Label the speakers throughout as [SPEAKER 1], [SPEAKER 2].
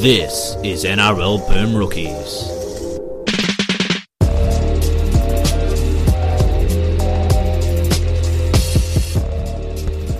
[SPEAKER 1] This is NRL Boom Rookies.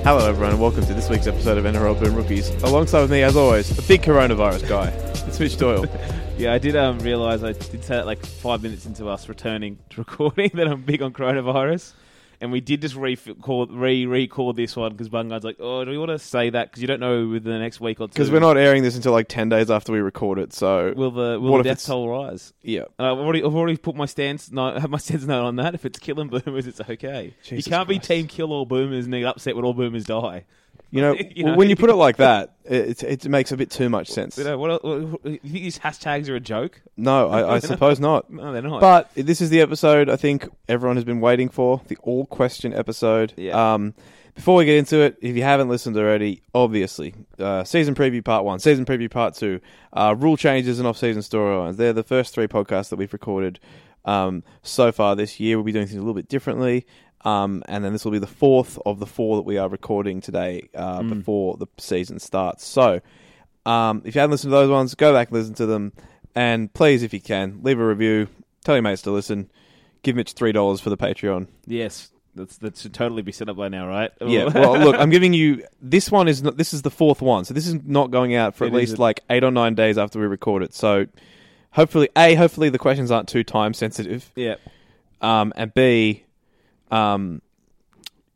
[SPEAKER 2] Hello, everyone, and welcome to this week's episode of NRL Boom Rookies. Alongside with me, as always, a big coronavirus guy. It's Mitch Doyle.
[SPEAKER 3] Yeah, I did um, realize I did say that like five minutes into us returning to recording that I'm big on coronavirus, and we did just re re record this one because Bungard's like, "Oh, do we want to say that?" Because you don't know within the next week or two.
[SPEAKER 2] Because we're not airing this until like 10 days after we record it, so.
[SPEAKER 3] Will the will
[SPEAKER 2] What
[SPEAKER 3] the
[SPEAKER 2] if
[SPEAKER 3] death
[SPEAKER 2] it's-
[SPEAKER 3] toll rise?
[SPEAKER 2] yeah.
[SPEAKER 3] And I've already I've already put my stance no have my stance note on that. If it's killing boomers, it's okay.
[SPEAKER 2] Jesus
[SPEAKER 3] you can't
[SPEAKER 2] Christ.
[SPEAKER 3] be team kill all boomers and get upset when all boomers die.
[SPEAKER 2] You know,
[SPEAKER 3] You know?
[SPEAKER 2] when you put it like that, it, it, it makes a bit too much sense.
[SPEAKER 3] You know what? el- what- You think these hashtags are a joke?
[SPEAKER 2] No, I, I suppose not.
[SPEAKER 3] No, they're not.
[SPEAKER 2] But this is the episode I think everyone has been waiting for the all question episode.
[SPEAKER 3] Yeah.
[SPEAKER 2] Um, before we get into it, if you haven't listened already, obviously, uh, season preview part one, season preview part two, uh, rule changes and off season storylines. They're the first three podcasts that we've recorded um, so far this year. We'll be doing things a little bit differently. Um, and then this will be the fourth of the four that we are recording today uh, before the season starts. So um, if you haven't listened to those ones, go back and listen to them. And please, if you can, leave a review. Tell your mates to listen. Give Mitch three dollars for the Patreon.
[SPEAKER 3] yes, that's that should totally be set up by now, right?
[SPEAKER 2] Yeah. Well, look, I'm giving you this one is not, this is the fourth one, so this is not going out for at
[SPEAKER 3] It
[SPEAKER 2] least
[SPEAKER 3] isn't.
[SPEAKER 2] like eight or nine days after we record it. So hopefully, a hopefully the questions aren't too time sensitive,
[SPEAKER 3] yeah.
[SPEAKER 2] um, and b, um,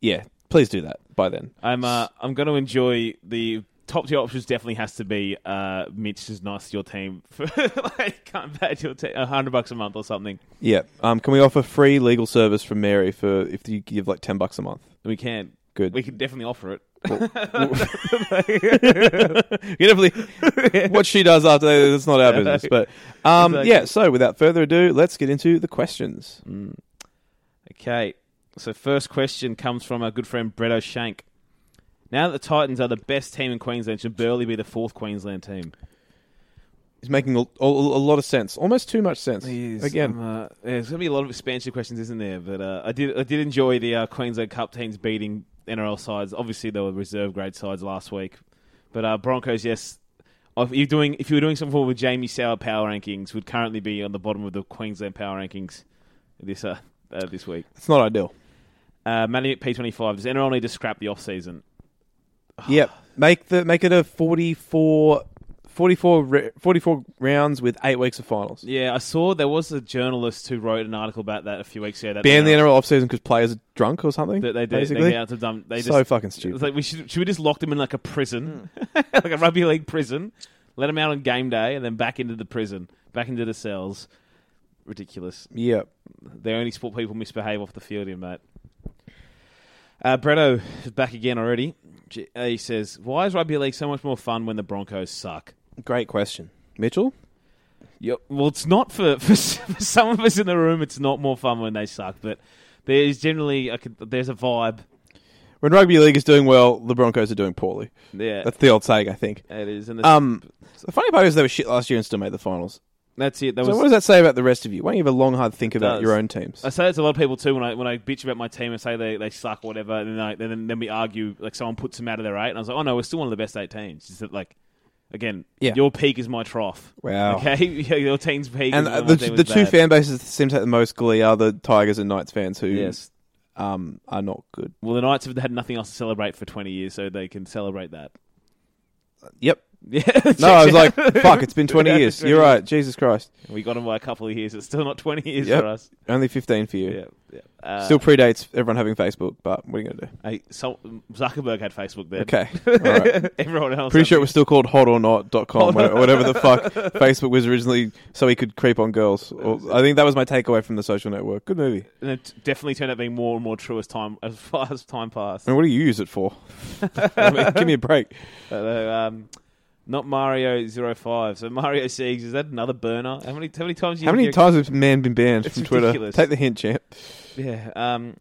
[SPEAKER 2] yeah, please do that by then.
[SPEAKER 3] I'm uh, I'm going to enjoy the top tier options. Definitely has to be uh, Mitch is nice to your team for like can't bad your team a hundred bucks a month or something.
[SPEAKER 2] Yeah. Um, can we offer free legal service from Mary for if you give like ten bucks a month?
[SPEAKER 3] We can
[SPEAKER 2] Good.
[SPEAKER 3] we can definitely offer it.
[SPEAKER 2] you definitely what she does after that, that's not our business. But um,
[SPEAKER 3] Exactly.
[SPEAKER 2] yeah, so without further ado, let's get into the questions.
[SPEAKER 3] Okay, so first question comes from our good friend Brett O'Shank. Now that the Titans are the best team in Queensland, should Burley be the fourth Queensland team?
[SPEAKER 2] It's making a, a, a lot of sense, almost too much sense. Again,
[SPEAKER 3] um, uh, there's going to be a lot of expansion questions, isn't there? But uh, I did I did enjoy the uh, Queensland Cup teams beating NRL sides. Obviously, they were reserve grade sides last week, but uh, Broncos, yes. Oh, If you're doing if you were doing some form with Jamie Sauer power rankings, would currently be on the bottom of the Queensland power rankings this uh, uh, this week.
[SPEAKER 2] it's not ideal.
[SPEAKER 3] Uh, Matty P25 does NRL need to scrap the off season?
[SPEAKER 2] yep, make the make it a 44, 44, re- 44 rounds with eight weeks of finals.
[SPEAKER 3] Yeah, I saw there was a journalist who wrote an article about that a few weeks ago. That
[SPEAKER 2] Ban the NRL offseason because players are drunk or something.
[SPEAKER 3] that they do. They
[SPEAKER 2] basically.
[SPEAKER 3] get out to dumb. They
[SPEAKER 2] so
[SPEAKER 3] just
[SPEAKER 2] fucking
[SPEAKER 3] It's
[SPEAKER 2] stupid. Hmm.
[SPEAKER 3] like we should should we just lock them in like a prison, like a rugby league prison, let them out on game day, and then back into the prison, back into the cells. Ridiculous.
[SPEAKER 2] Yeah,
[SPEAKER 3] They only sport people misbehave off the field in that. Uh, Bretto is back again already. G- uh, He says, "Why is rugby league so much more fun when the Broncos suck?"
[SPEAKER 2] great question, Mitchell.
[SPEAKER 3] Yep. Well, it's not for, for s- for some of us in the room. It's not more fun when they suck, but there is generally a, there's a vibe.
[SPEAKER 2] When rugby league is doing well, the Broncos are doing poorly.
[SPEAKER 3] Yeah,
[SPEAKER 2] That's the old saying, I think.
[SPEAKER 3] it is. And
[SPEAKER 2] Um, the funny part is they were shit last year and still made the finals.
[SPEAKER 3] that's it. That
[SPEAKER 2] So
[SPEAKER 3] was
[SPEAKER 2] what does that say about the rest of you? Why don't you have a long hard think about
[SPEAKER 3] does.
[SPEAKER 2] your own teams?
[SPEAKER 3] I say that to a lot of people too when I when I bitch about my team and say they, they suck or whatever, and then, I, then then we argue like someone puts them out of their eight, and I was like, oh no, we're still one of the best eight teams. Is that like again,
[SPEAKER 2] Yeah.
[SPEAKER 3] your peak is my trough.
[SPEAKER 2] Wow.
[SPEAKER 3] Okay, your team's peak.
[SPEAKER 2] And uh,
[SPEAKER 3] is when my
[SPEAKER 2] the,
[SPEAKER 3] team
[SPEAKER 2] the
[SPEAKER 3] was
[SPEAKER 2] two
[SPEAKER 3] bad.
[SPEAKER 2] fan bases that seem to have the most glee are the Tigers and Knights fans who
[SPEAKER 3] Yes.
[SPEAKER 2] um, are not good.
[SPEAKER 3] Well, the Knights have had nothing else to celebrate for twenty years, so they can celebrate that.
[SPEAKER 2] Yep.
[SPEAKER 3] Yeah.
[SPEAKER 2] No, I was like, fuck, it's been 20 years. You're right. Jesus Christ.
[SPEAKER 3] we got them by a couple of years. It's still not twenty years
[SPEAKER 2] Yep.
[SPEAKER 3] for us.
[SPEAKER 2] Only 15 for you.
[SPEAKER 3] Yeah. yeah. Uh,
[SPEAKER 2] Still predates everyone having Facebook, but what are you going to do?
[SPEAKER 3] hey, so, Zuckerberg had Facebook then.
[SPEAKER 2] Okay. All right.
[SPEAKER 3] Everyone else.
[SPEAKER 2] Pretty
[SPEAKER 3] had
[SPEAKER 2] sure it was still called hotornot.com, wha- whatever the fuck Facebook was originally, so he could creep on girls. Or, I think that was my takeaway from the social network. Good movie.
[SPEAKER 3] and it definitely turned out being more and more true as time as far as time passed.
[SPEAKER 2] I mean, what do you use it for? I mean, give me a break.
[SPEAKER 3] Although, um, not Mario 05. So Mario Siegs, is that another burner? How many how many times? do You
[SPEAKER 2] How many
[SPEAKER 3] get-
[SPEAKER 2] times has man been banned
[SPEAKER 3] It's
[SPEAKER 2] from Twitter?
[SPEAKER 3] ridiculous.
[SPEAKER 2] Take the hint, champ.
[SPEAKER 3] Yeah. Um,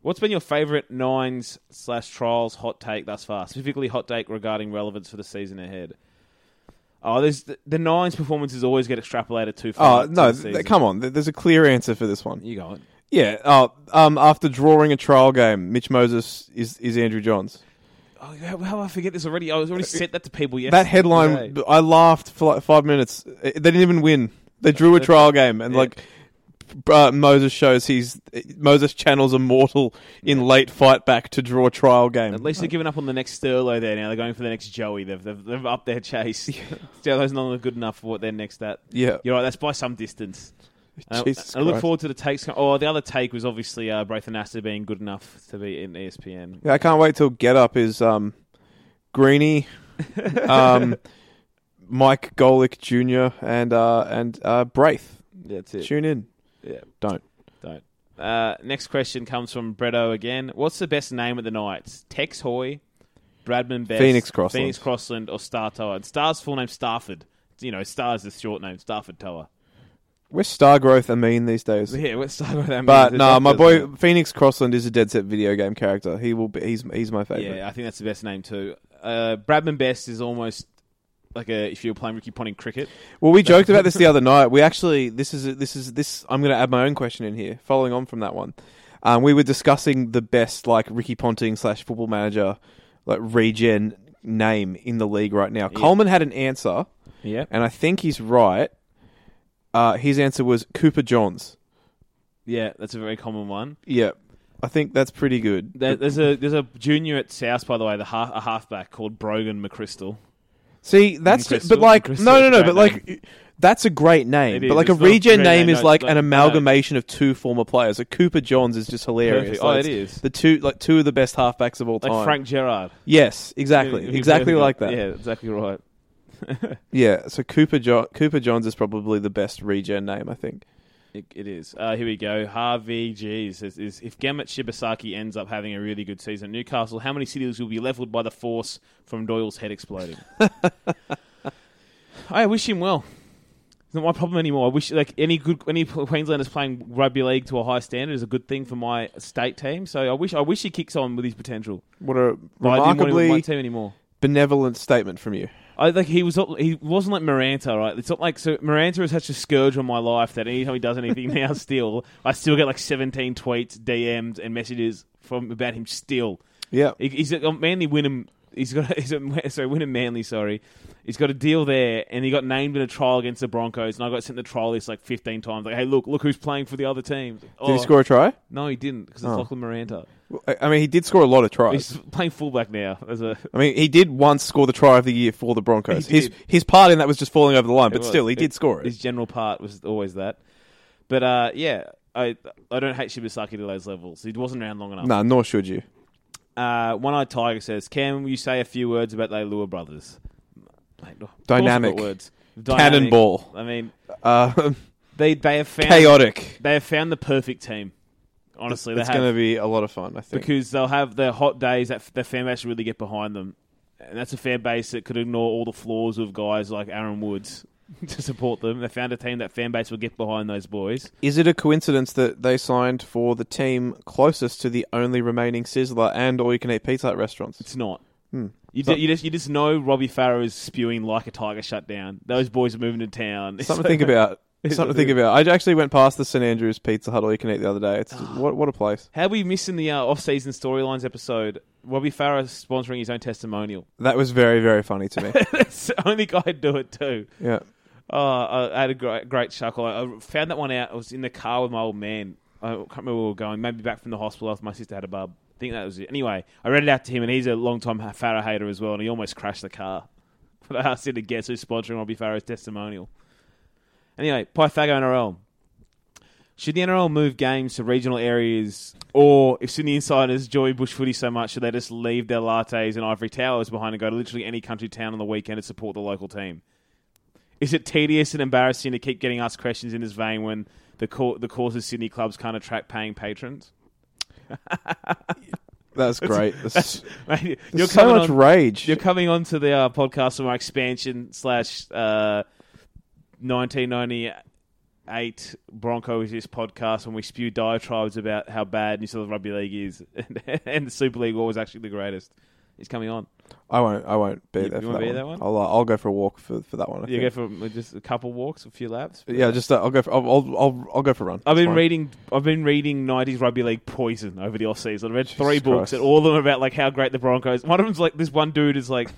[SPEAKER 3] what's been your favorite nines slash trials hot take thus far? Specifically, hot take regarding relevance for the season ahead. Oh, there's the, the nines performances always get extrapolated too far.
[SPEAKER 2] Oh
[SPEAKER 3] to
[SPEAKER 2] no!
[SPEAKER 3] the
[SPEAKER 2] Th-
[SPEAKER 3] season.
[SPEAKER 2] come on, Th- there's a clear answer for this one.
[SPEAKER 3] You go on.
[SPEAKER 2] Yeah. Oh, um, after drawing a trial game, Mitch Moses is is Andrew Johns.
[SPEAKER 3] Oh, how, how I forget this already? I was already sent that to people yesterday.
[SPEAKER 2] Uh, That headline, I laughed for like five minutes. It- They didn't even win. They drew a trial game, and
[SPEAKER 3] Yeah.
[SPEAKER 2] like uh, Moses shows he's Moses channels a mortal in late fight back to draw trial game.
[SPEAKER 3] At least they're giving up on the next Sturlo there now. They're going for the next Joey. They've, they've, they've upped their chase. Sturlo's not good enough for what they're next at.
[SPEAKER 2] yeah,
[SPEAKER 3] You're right, that's by some distance. And I-
[SPEAKER 2] Jesus
[SPEAKER 3] and uh, I, look
[SPEAKER 2] Christ.
[SPEAKER 3] forward to the takes. Oh, the other take was obviously uh, Nathan being good enough to be in E ESPN.
[SPEAKER 2] yeah. I can't wait till Get Up is um, Greeny, um, Mike Golick Jr. and uh, and uh, Braith.
[SPEAKER 3] That's it.
[SPEAKER 2] Tune in.
[SPEAKER 3] Yeah.
[SPEAKER 2] Don't.
[SPEAKER 3] Don't. Uh, next question comes from Bretto again. What's the best name of the Knights? Tex Hoy, Bradman Best,
[SPEAKER 2] Phoenix Crossland.
[SPEAKER 3] Phoenix Crossland, or Star Tower? And Star's full name Starford. You know, Star is the short name, Starford Tower.
[SPEAKER 2] Where's Star Growth? I mean these days.
[SPEAKER 3] Yeah, what's Star with that?
[SPEAKER 2] But
[SPEAKER 3] means?
[SPEAKER 2] no, my
[SPEAKER 3] That
[SPEAKER 2] boy
[SPEAKER 3] doesn't-
[SPEAKER 2] Phoenix Crossland is a dead set video game character. He will be. He's he's my favorite.
[SPEAKER 3] Yeah, I think that's the best name too. Uh, Bradman Best is almost like a if you were playing Ricky Ponting cricket.
[SPEAKER 2] Well, we joked about this the other night. We actually this is this is this. I'm going to add my own question in here, following on from that one. Um, we were discussing the best like Ricky Ponting slash Football Manager like regen name in the league right now. Coleman had an answer,
[SPEAKER 3] Yeah,
[SPEAKER 2] and I think he's right. Uh, his answer was Cooper Johns.
[SPEAKER 3] yeah, that's a very common one.
[SPEAKER 2] Yeah, I think that's pretty good.
[SPEAKER 3] There, there's a there's a junior at South, by the way, the half, a halfback called Brogan McChrystal.
[SPEAKER 2] See, that's
[SPEAKER 3] Crystal-
[SPEAKER 2] but like
[SPEAKER 3] Crystal
[SPEAKER 2] no,
[SPEAKER 3] is
[SPEAKER 2] no,
[SPEAKER 3] a
[SPEAKER 2] no,
[SPEAKER 3] great
[SPEAKER 2] but like that's a great name.
[SPEAKER 3] It
[SPEAKER 2] but
[SPEAKER 3] is.
[SPEAKER 2] like a
[SPEAKER 3] It's not a
[SPEAKER 2] regen
[SPEAKER 3] great
[SPEAKER 2] name
[SPEAKER 3] name,
[SPEAKER 2] is
[SPEAKER 3] no,
[SPEAKER 2] like
[SPEAKER 3] it's
[SPEAKER 2] an
[SPEAKER 3] not-
[SPEAKER 2] amalgamation of two former players. Like Cooper Johns is just hilarious.
[SPEAKER 3] Perfect. Oh,
[SPEAKER 2] Like,
[SPEAKER 3] it
[SPEAKER 2] it's
[SPEAKER 3] is.
[SPEAKER 2] the two like two of the best halfbacks of all time.
[SPEAKER 3] Like Frank Gerard.
[SPEAKER 2] yes, Oh. exactly, exactly like that.
[SPEAKER 3] Yeah,
[SPEAKER 2] Yeah.
[SPEAKER 3] exactly right.
[SPEAKER 2] so Cooper jo- Cooper Johns is probably the best regen name. I think.
[SPEAKER 3] It, it is. Uh, here we go. Harvey G says, is, if Gamut Shibasaki ends up having a really good season at Newcastle, how many cities will be leveled by the force from Doyle's head exploding? I wish him well. It's not my problem anymore. I wish like any good any Queenslanders playing rugby league to a high standard is a good thing for my state team. So I wish I wish he kicks on with his potential.
[SPEAKER 2] What a
[SPEAKER 3] But I didn't want him on my
[SPEAKER 2] remarkably
[SPEAKER 3] team anymore.
[SPEAKER 2] benevolent statement from you.
[SPEAKER 3] I like he was not- he wasn't like Miranda, right? It's not like so Miranda is such a scourge on my life that anytime he does anything now, still I still get like seventeen tweets, DMs, and messages from about him. Still,
[SPEAKER 2] Yeah,
[SPEAKER 3] he, he's a, Manly Winham. He's got a, he's a, sorry Winham Manly. Sorry, he's got a deal there, and he got named in a trial against the Broncos, and I got sent the trial list like fifteen times. Like, hey, look, look who's playing for the other team. Oh,
[SPEAKER 2] did he score Oh. a try?
[SPEAKER 3] No, he didn't because it's Lachlan Miranda.
[SPEAKER 2] Well, I- I mean, he did score a lot of tries.
[SPEAKER 3] He's playing fullback now as a
[SPEAKER 2] I mean, he did once score the try of the year for the Broncos.
[SPEAKER 3] He
[SPEAKER 2] His
[SPEAKER 3] did.
[SPEAKER 2] his part in that was just falling over the line, but
[SPEAKER 3] was.
[SPEAKER 2] still, he did
[SPEAKER 3] It-
[SPEAKER 2] score it.
[SPEAKER 3] His general part was always that. But uh, yeah, I I don't hate Shibasaki to those levels. He wasn't around long enough.
[SPEAKER 2] No, nor should you.
[SPEAKER 3] Uh, One Eyed Tiger says, "Can you say a few words about the Lua brothers?" Mate, of course I've got
[SPEAKER 2] Dynamic.
[SPEAKER 3] words.
[SPEAKER 2] Cannonball.
[SPEAKER 3] I mean,
[SPEAKER 2] Uh,
[SPEAKER 3] they they have found
[SPEAKER 2] chaotic.
[SPEAKER 3] they have found the perfect team. Honestly, they
[SPEAKER 2] It's
[SPEAKER 3] have.
[SPEAKER 2] going to be a lot of fun, I think.
[SPEAKER 3] because they'll have their hot days that f- their fan base really get behind them, and that's a fan base that could ignore all the flaws of guys like Aaron Woods to support them. They found a team that fan base will get behind those boys.
[SPEAKER 2] Is it a coincidence that they signed for the team closest to the only remaining Sizzler and all you can eat pizza Hut restaurants?
[SPEAKER 3] It's not. You, ju- you just you just know Robbie Farrow is spewing like a tiger shut down. Those boys are moving to town. It's
[SPEAKER 2] Something to
[SPEAKER 3] like-
[SPEAKER 2] think about. Something to think about. I actually went past the St Andrews Pizza Hut all you can eat the other day. It's just- what what a place.
[SPEAKER 3] How are we missing the uh, off-season storylines episode? Robbie Farrow sponsoring his own testimonial.
[SPEAKER 2] That was very very funny to me.
[SPEAKER 3] That's the only guy to do it too.
[SPEAKER 2] yeah.
[SPEAKER 3] Oh, I I had a great, great chuckle. I I found that one out. I was in the car with my old man. I can't remember where we were going. Maybe back from the hospital after my sister had a bub. I think that was it. Anyway, I read it out to him, and he's a long-time Farrow hater as well, and he almost crashed the car. But I asked him to guess who's sponsoring Robbie Farrow's testimonial. Anyway, Pythago NRL. Should the NRL move games to regional areas, or if Sydney insiders enjoy bush footy so much, should they just leave their lattes and ivory towers behind and go to literally any country town on the weekend to support the local team? Is it tedious and embarrassing to keep getting asked questions in this vein when the cor- the course of Sydney clubs can't attract paying patrons?
[SPEAKER 2] That's great. That's,
[SPEAKER 3] Mate,
[SPEAKER 2] you
[SPEAKER 3] you're
[SPEAKER 2] so
[SPEAKER 3] coming
[SPEAKER 2] much
[SPEAKER 3] on,
[SPEAKER 2] rage.
[SPEAKER 3] you're coming on to the uh, podcast from our expansion slash uh, 1998 Broncos this podcast when we spew diatribes about how bad New South Wales Rugby League is and, and the Super League war was actually the greatest. is coming on.
[SPEAKER 2] I won't. I won't be
[SPEAKER 3] You-
[SPEAKER 2] there.
[SPEAKER 3] you
[SPEAKER 2] for that
[SPEAKER 3] won't be
[SPEAKER 2] one.
[SPEAKER 3] there one?
[SPEAKER 2] I'll uh, I'll go for a walk for, for that one. I
[SPEAKER 3] You go
[SPEAKER 2] think.
[SPEAKER 3] for uh, just a couple walks, a few laps.
[SPEAKER 2] yeah, just uh, I'll go. For, I'll, I'll I'll I'll go for a run.
[SPEAKER 3] I've
[SPEAKER 2] It's
[SPEAKER 3] been
[SPEAKER 2] fine.
[SPEAKER 3] reading. I've been reading '90s rugby league poison over the off season. I read three
[SPEAKER 2] Jesus
[SPEAKER 3] books,
[SPEAKER 2] Christ.
[SPEAKER 3] and all of them are about like how great the Broncos. One of them's like this one dude is like,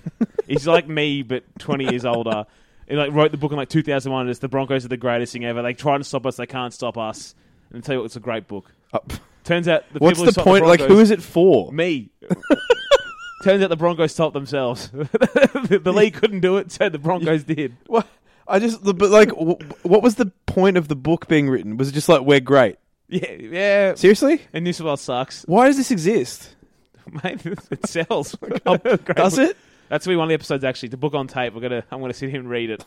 [SPEAKER 3] he's like me but 20 years older. He like wrote the book in like 2001. And it's the Broncos are the greatest thing ever. They try to stop us, they can't stop us. And I tell you what, it's a great book.
[SPEAKER 2] Uh,
[SPEAKER 3] Turns out the
[SPEAKER 2] what's
[SPEAKER 3] people who
[SPEAKER 2] the
[SPEAKER 3] stopped
[SPEAKER 2] point? like,
[SPEAKER 3] Broncos-
[SPEAKER 2] who is it for?
[SPEAKER 3] me? Turns out the Broncos stopped themselves. the, the league couldn't do it, so the Broncos did.
[SPEAKER 2] What? I just the- but like, w- what was the point of the book being written? Was it just like we're great?
[SPEAKER 3] Yeah, yeah.
[SPEAKER 2] Seriously,
[SPEAKER 3] And New South Wales sucks,
[SPEAKER 2] why does this exist?
[SPEAKER 3] mate. It sells.
[SPEAKER 2] Does it?
[SPEAKER 3] That's gonna be one of the episodes actually. The book on tape. We're gonna. I'm gonna sit here and read it.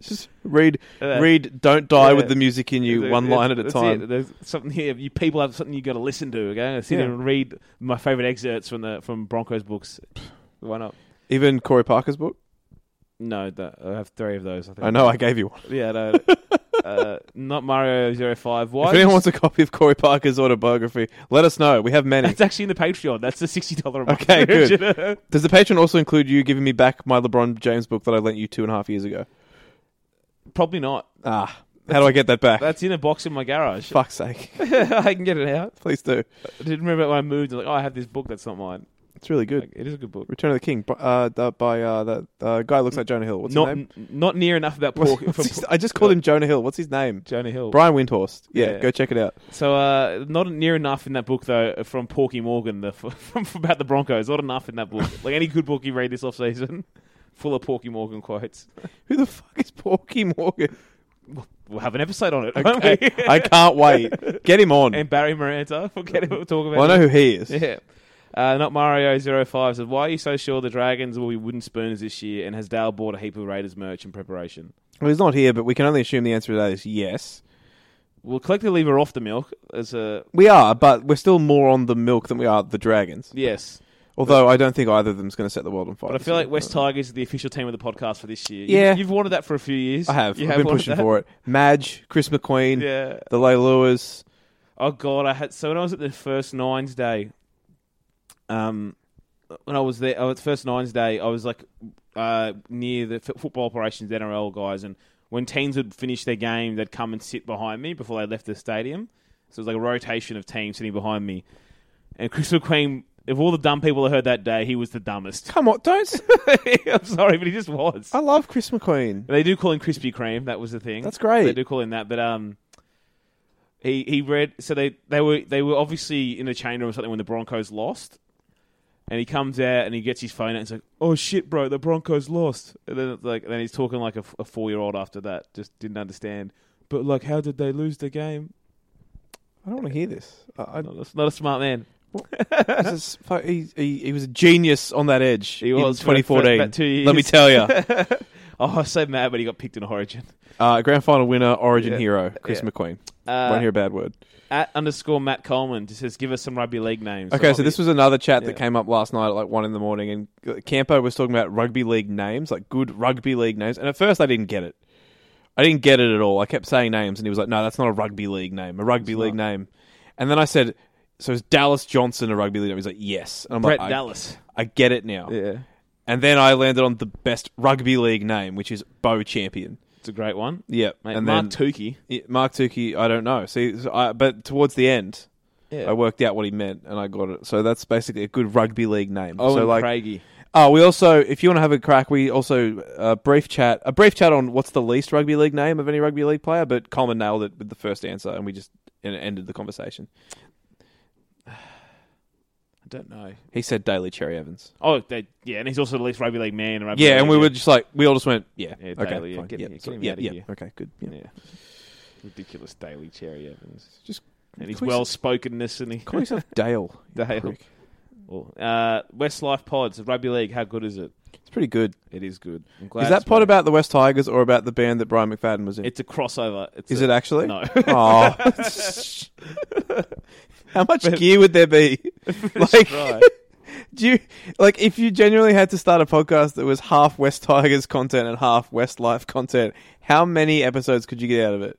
[SPEAKER 2] Just read,
[SPEAKER 3] Uh,
[SPEAKER 2] read. Don't die
[SPEAKER 3] yeah.
[SPEAKER 2] with the music in you, one line at a
[SPEAKER 3] That's
[SPEAKER 2] time.
[SPEAKER 3] it. There's something here. You people have something you got to listen to. Okay, I'm gonna sit
[SPEAKER 2] Yeah.
[SPEAKER 3] here and read my favorite excerpts from the from Broncos books. Why not?
[SPEAKER 2] Even Corey Parker's book.
[SPEAKER 3] No, that, I have three of those. I think.
[SPEAKER 2] I know I gave you one.
[SPEAKER 3] Yeah, no. uh, not Mario 05. Why?
[SPEAKER 2] If anyone wants a copy of Corey Parker's autobiography, let us know. We have many.
[SPEAKER 3] That's actually in the Patreon. That's the sixty dollar a month.
[SPEAKER 2] Okay, good.
[SPEAKER 3] version.
[SPEAKER 2] Does the patron also include you giving me back my LeBron James book that I lent you two and a half years ago?
[SPEAKER 3] Probably not.
[SPEAKER 2] Ah, how do I get that back?
[SPEAKER 3] That's in a box in my garage.
[SPEAKER 2] Fuck's sake!
[SPEAKER 3] I can get it out.
[SPEAKER 2] Please do.
[SPEAKER 3] I didn't remember when I moved. I'm like, oh, I have this book that's not mine.
[SPEAKER 2] It's really good.
[SPEAKER 3] Like, it is a good book.
[SPEAKER 2] Return of the King, bu- uh, the, by uh, that uh, guy looks like Jonah Hill. What's
[SPEAKER 3] not
[SPEAKER 2] his name?
[SPEAKER 3] n- not near enough about
[SPEAKER 2] What's-
[SPEAKER 3] pork.
[SPEAKER 2] what's his- I just called him Jonah Hill. What's his name?
[SPEAKER 3] Jonah Hill.
[SPEAKER 2] Brian Windhorst. Yeah,
[SPEAKER 3] Yeah.
[SPEAKER 2] go check it out.
[SPEAKER 3] So uh, not near enough in that book though from Porky Morgan the, from, from about the Broncos. Not enough in that book. like any good book you read this off season, full of Porky Morgan quotes.
[SPEAKER 2] Who the fuck is Porky Morgan?
[SPEAKER 3] We'll have an episode on it, won't we?
[SPEAKER 2] Okay, I can't wait. Get him on.
[SPEAKER 3] and Barry Miranda. We'll get we'll talk about.
[SPEAKER 2] Well, I
[SPEAKER 3] it.
[SPEAKER 2] know who he is.
[SPEAKER 3] Yeah. Uh, not Mario05 said, Why are you so sure the Dragons will be wooden spoons this year? And has Dale bought a heap of Raiders merch in preparation?
[SPEAKER 2] Well, he's not here, but we can only assume the answer to that is yes.
[SPEAKER 3] Well, collectively, we're off the milk. As a
[SPEAKER 2] We are, but we're still more on the milk than we are the dragons.
[SPEAKER 3] yes,
[SPEAKER 2] Although I don't think either of them's going to set the world on fire.
[SPEAKER 3] but I feel
[SPEAKER 2] so-
[SPEAKER 3] like West Tigers is the official team of the podcast for this year.
[SPEAKER 2] Yeah.
[SPEAKER 3] you've, you've wanted that for a few years.
[SPEAKER 2] I have.
[SPEAKER 3] You
[SPEAKER 2] I've been
[SPEAKER 3] wanted
[SPEAKER 2] pushing
[SPEAKER 3] that?
[SPEAKER 2] for it. Madge, Chris McQueen,
[SPEAKER 3] Yeah.
[SPEAKER 2] the Leiluas.
[SPEAKER 3] Oh god, I had so when I was at the first Nines day, um, when I was there, oh, at the first Nines day, I was like uh, near the f- football operations NRL guys, and when teams would finish their game, they'd come and sit behind me before they left the stadium. So it was like a rotation of teams sitting behind me, and Chris McQueen. Of all the dumb people I heard that day, he was the dumbest.
[SPEAKER 2] Come on, don't. s-
[SPEAKER 3] I'm sorry, but he just was.
[SPEAKER 2] I love Chris McQueen.
[SPEAKER 3] They do call him Krispy Kreme. That was the thing.
[SPEAKER 2] That's great.
[SPEAKER 3] They do call him that, but um, he he read. So they they were they were obviously in a chain room or something when the Broncos lost, and he comes out and he gets his phone out and he's like, "Oh shit, bro, the Broncos lost." And then it's like, then he's talking like a, four year old after that. Just didn't understand. But like, how did they lose the game?
[SPEAKER 2] I don't want to hear this. I, I,
[SPEAKER 3] Not a, not a smart man.
[SPEAKER 2] this is fu- he, he, he was a genius on that edge
[SPEAKER 3] He
[SPEAKER 2] in
[SPEAKER 3] was for- for
[SPEAKER 2] 2014.
[SPEAKER 3] about two years.
[SPEAKER 2] Let me tell you.
[SPEAKER 3] Oh, I was so mad when he got picked in Origin.
[SPEAKER 2] Uh, grand final winner, Origin
[SPEAKER 3] Yeah.
[SPEAKER 2] hero, Chris
[SPEAKER 3] Yeah.
[SPEAKER 2] McQueen.
[SPEAKER 3] Uh,
[SPEAKER 2] Won't hear a bad word.
[SPEAKER 3] At underscore Matt Coleman just says, "Give us some rugby league names."
[SPEAKER 2] Okay, so this was another chat that
[SPEAKER 3] yeah.
[SPEAKER 2] came up last night at like one in the morning, and Campo was talking about rugby league names, like good rugby league names. And at first, I didn't get it. I didn't get it at all. I kept saying names, and he was like, "No, that's not a rugby league name. A rugby league name." And then I said, "So is Dallas Johnson a rugby league?" name? He's like, "Yes." And I'm
[SPEAKER 3] Brett
[SPEAKER 2] like, I-
[SPEAKER 3] Dallas.
[SPEAKER 2] I, get it now."
[SPEAKER 3] Yeah,
[SPEAKER 2] And then I landed on the best rugby league name, which is Bo Champion.
[SPEAKER 3] it's a great one.
[SPEAKER 2] Yeah,
[SPEAKER 3] Mate,
[SPEAKER 2] and
[SPEAKER 3] Mark
[SPEAKER 2] then
[SPEAKER 3] Tukey.
[SPEAKER 2] Yeah, Mark Tukey, I don't know. See, so I, but towards the end,
[SPEAKER 3] Yeah.
[SPEAKER 2] I worked out what he meant and I got it. So that's basically a good rugby league name.
[SPEAKER 3] Owen
[SPEAKER 2] so like,
[SPEAKER 3] Craigie.
[SPEAKER 2] oh, we also, if you want to have a crack, we also uh, brief chat, a brief chat on what's the least rugby league name of any rugby league player. But Coleman nailed it with the first answer, and we just and it ended the conversation.
[SPEAKER 3] I don't know.
[SPEAKER 2] He said Daily Cherry Evans.
[SPEAKER 3] Oh, they, yeah, and he's also the least rugby league man. And rugby
[SPEAKER 2] Yeah,
[SPEAKER 3] league,
[SPEAKER 2] and we were just like, we all just went, yeah,
[SPEAKER 3] Yeah,
[SPEAKER 2] okay,
[SPEAKER 3] Daly, yeah,
[SPEAKER 2] fine,
[SPEAKER 3] get
[SPEAKER 2] yeah,
[SPEAKER 3] him- get
[SPEAKER 2] sorry,
[SPEAKER 3] him
[SPEAKER 2] yeah,
[SPEAKER 3] out of
[SPEAKER 2] yeah,
[SPEAKER 3] here.
[SPEAKER 2] okay, good. Yeah.
[SPEAKER 3] yeah, ridiculous Daily Cherry Evans.
[SPEAKER 2] Just
[SPEAKER 3] and his
[SPEAKER 2] call
[SPEAKER 3] well spokenness and he.
[SPEAKER 2] Call yourself Dale. you
[SPEAKER 3] Dale.
[SPEAKER 2] prick.
[SPEAKER 3] Well, uh, Westlife Pods rugby league. How good is it?
[SPEAKER 2] It's pretty good.
[SPEAKER 3] It is good. I'm glad
[SPEAKER 2] Is that
[SPEAKER 3] it's
[SPEAKER 2] pod
[SPEAKER 3] made.
[SPEAKER 2] about the West Tigers or about the band that Brian McFadden was in?
[SPEAKER 3] It's a crossover. It's
[SPEAKER 2] Is
[SPEAKER 3] a-
[SPEAKER 2] it actually?
[SPEAKER 3] No.
[SPEAKER 2] Oh. How much gear would there be? like,
[SPEAKER 3] Right.
[SPEAKER 2] do you like if you genuinely had to start a podcast that was half West Tigers content and half West Life content? How many episodes could you get out of it?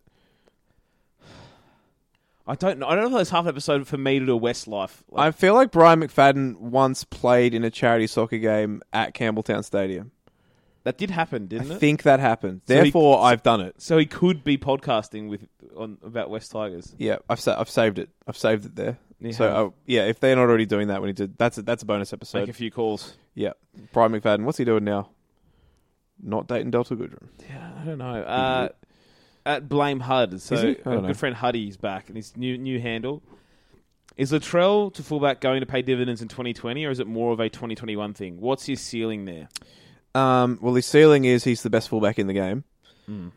[SPEAKER 3] I I don't know. I don't know if there's half an episode for me to do a Westlife. Like,
[SPEAKER 2] I feel like Brian McFadden once played in a charity soccer game at Campbelltown Stadium.
[SPEAKER 3] that did happen, didn't
[SPEAKER 2] I
[SPEAKER 3] it?
[SPEAKER 2] think that happened.
[SPEAKER 3] So he-
[SPEAKER 2] Therefore, I've done it.
[SPEAKER 3] so he could be podcasting with on about West Tigers.
[SPEAKER 2] Yeah, I've sa- I've saved it. I've saved it there.
[SPEAKER 3] You
[SPEAKER 2] so
[SPEAKER 3] have.
[SPEAKER 2] oh, yeah, if they're not already doing that when he did, that's a, that's a bonus episode.
[SPEAKER 3] Make a few calls.
[SPEAKER 2] yeah, Brian McFadden. What's he doing now? Not dating Delta Goodrum.
[SPEAKER 3] Yeah, I don't know. Uh, at Blame Hud, so
[SPEAKER 2] Is he? I don't
[SPEAKER 3] a
[SPEAKER 2] know.
[SPEAKER 3] good friend Huddy's back, and his new new handle is Latrell to fullback going to pay dividends in 2020, or is it more of a 2021 thing? What's his ceiling there?
[SPEAKER 2] Um, well, his ceiling is he's the best fullback in the game,
[SPEAKER 3] Mm.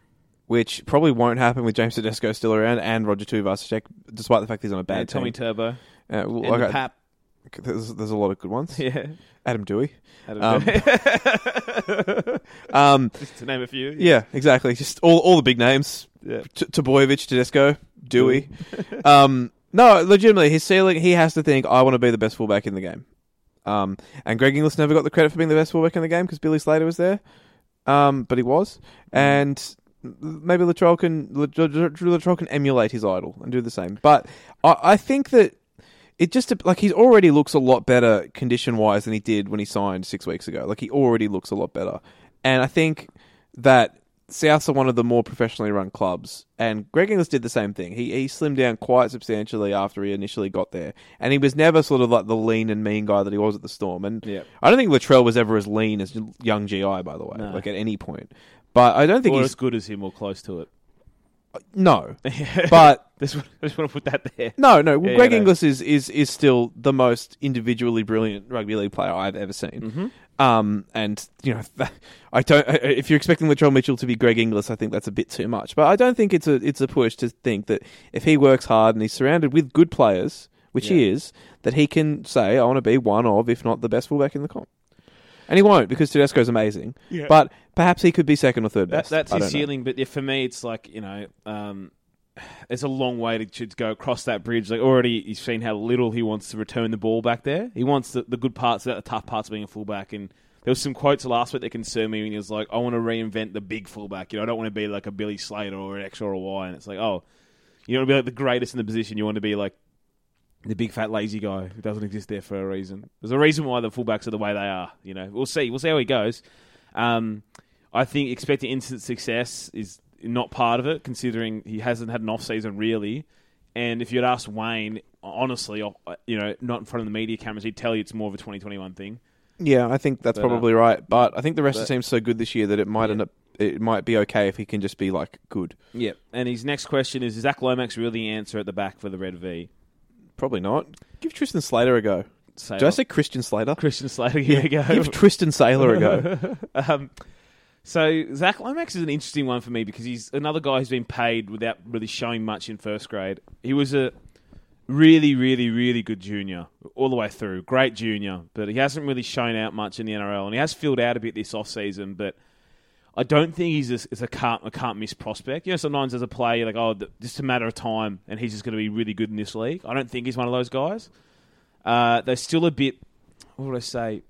[SPEAKER 2] which probably won't happen with James Tedesco still around and Roger Tuivasa-Sheck, despite the fact he's on a bad
[SPEAKER 3] And Tommy
[SPEAKER 2] team.
[SPEAKER 3] Turbo
[SPEAKER 2] Uh, well,
[SPEAKER 3] and
[SPEAKER 2] okay,
[SPEAKER 3] the Pap.
[SPEAKER 2] there's, there's a lot of good ones.
[SPEAKER 3] Yeah,
[SPEAKER 2] Adam Dewey.
[SPEAKER 3] I don't
[SPEAKER 2] Um,
[SPEAKER 3] know.
[SPEAKER 2] Um,
[SPEAKER 3] just to name a few.
[SPEAKER 2] yeah, exactly. Just all, all the big names:
[SPEAKER 3] Yeah.
[SPEAKER 2] T- Tobojevic, Tedesco, Dewey. um, no, legitimately, his ceiling. He has to think, I want to be the best fullback in the game. Um, and Greg Inglis never got the credit for being the best fullback in the game because Billy Slater was there, um, but he was.
[SPEAKER 3] Mm.
[SPEAKER 2] And maybe Latrell can Lat- Latrell can emulate his idol and do the same. But I, I think that it just like he's already looks a lot better condition wise than he did when he signed six weeks ago. Like he already looks a lot better, and I think that Souths are one of the more professionally run clubs. And Greg Inglis did the same thing. He he slimmed down quite substantially after he initially got there, and he was never sort of like the lean and mean guy that he was at the Storm. And
[SPEAKER 3] Yeah.
[SPEAKER 2] I don't think Latrell was ever as lean as young GI, by the way,
[SPEAKER 3] No.
[SPEAKER 2] like at any point. But I don't think
[SPEAKER 3] Or
[SPEAKER 2] he's
[SPEAKER 3] as good as him, or close to it.
[SPEAKER 2] no, but
[SPEAKER 3] Just want- just want to put that there.
[SPEAKER 2] No, no. Well,
[SPEAKER 3] Yeah,
[SPEAKER 2] Greg
[SPEAKER 3] yeah, no.
[SPEAKER 2] Inglis is, is is still the most individually brilliant rugby league player I've ever seen.
[SPEAKER 3] Mm.
[SPEAKER 2] Um, and you know, I don't. If you're expecting Latrell Mitchell to be Greg Inglis, I think that's a bit too much. But I don't think it's a it's a push to think that if he works hard and he's surrounded with good players, which he is, that he can say, "I want to be one of, if not the best fullback in the comp." And he won't because Tedesco's amazing.
[SPEAKER 3] Yeah.
[SPEAKER 2] But perhaps he could be second or third
[SPEAKER 3] That,
[SPEAKER 2] best.
[SPEAKER 3] that's
[SPEAKER 2] I
[SPEAKER 3] his
[SPEAKER 2] don't know.
[SPEAKER 3] ceiling, but yeah, for me, it's like you know, um, it's a long way to, to go across that bridge. Like already, you've seen how little he wants to return the ball back there. He wants the, the good parts, the tough parts, of being a fullback. And there was some quotes last week that concerned me. When he was like, "I want to reinvent the big fullback. You know, I don't want to be like a Billy Slater or an X or a Y." And it's like, oh, you don't want to be like the greatest in the position. You want to be like the big fat lazy guy who doesn't exist there for a reason. There's a reason why the fullbacks are the way they are. You know, we'll see. We'll see how he goes. Um, I think expecting instant success is not part of it, considering he hasn't had an off season really. And if you'd asked Wayne, honestly, off- you know, not in front of the media cameras, he'd tell you it's more of a 2021 thing.
[SPEAKER 2] Yeah, I think that's
[SPEAKER 3] But, uh,
[SPEAKER 2] probably right. But I think the rest of
[SPEAKER 3] but-
[SPEAKER 2] the team's so good this year that it might end up it might be okay if he can just be like good.
[SPEAKER 3] Yeah. And his next question is: Is Zach Lomax really the answer at the back for the Red V?
[SPEAKER 2] Probably not. Give Tristan Slater a go.
[SPEAKER 3] Say
[SPEAKER 2] Did I say Christian Slater?
[SPEAKER 3] Christian Slater? Here we go.
[SPEAKER 2] Give Tristan Sailor a go.
[SPEAKER 3] um, so Zach Lomax is an interesting one for me because he's another guy who's been paid without really showing much in first grade. He was a really, really, really good junior all the way through. Great junior, but he hasn't really shown out much in the NRL, and he has filled out a bit this off season, but. I don't think he's a, is a can't a can't miss prospect. You know, sometimes as a player, you're like, oh, th- just a matter of time, and he's just going to be really good in this league. I don't think he's one of those guys. Uh, they're still a bit. What would I say?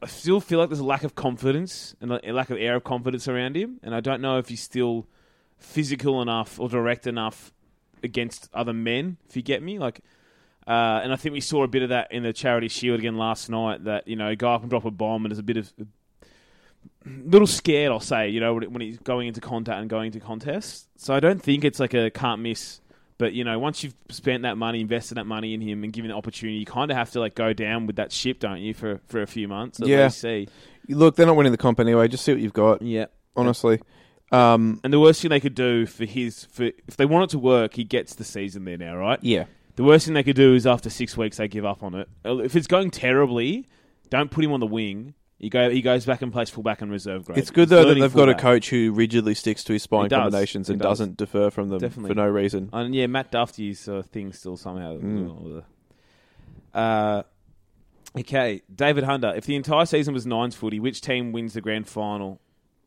[SPEAKER 3] I still feel like there's a lack of confidence and a a lack of air of confidence around him, and I don't know if he's still physical enough or direct enough against other men. If you get me, like, uh, and I think we saw a bit of that in the charity shield again last night. That you know, a guy can drop a bomb and there's a bit of little scared. I'll say, you know, when when he's going into contact and going into contests. So I don't think it's like a can't miss. But you know, once you've spent that money, invested that money in him, and given the opportunity, you kind of have to like go down with that ship, don't you, for for a few months? At
[SPEAKER 2] Yeah.
[SPEAKER 3] least see.
[SPEAKER 2] Look, they're not winning the comp anyway. Just see what you've got.
[SPEAKER 3] Yeah.
[SPEAKER 2] Honestly, um,
[SPEAKER 3] And the worst thing they could do for his for if they want it to work, he gets the season there now, right?
[SPEAKER 2] yeah.
[SPEAKER 3] The worst thing they could do is after six weeks they give up on it. Uh, If it's going terribly, don't put him on the wing. He go he goes back and plays fullback and reserve grade.
[SPEAKER 2] It's good though that
[SPEAKER 3] learning
[SPEAKER 2] they've got a
[SPEAKER 3] fullback.
[SPEAKER 2] coach who rigidly sticks to his spine
[SPEAKER 3] He does.
[SPEAKER 2] combinations
[SPEAKER 3] He
[SPEAKER 2] and
[SPEAKER 3] does.
[SPEAKER 2] does. not defer from them
[SPEAKER 3] Definitely.
[SPEAKER 2] for no reason.
[SPEAKER 3] And yeah, Matt Duffy's uh, thing still somehow.
[SPEAKER 2] Mm.
[SPEAKER 3] Uh, okay, David Hunter. If the entire season was nines footy, which team wins the grand final,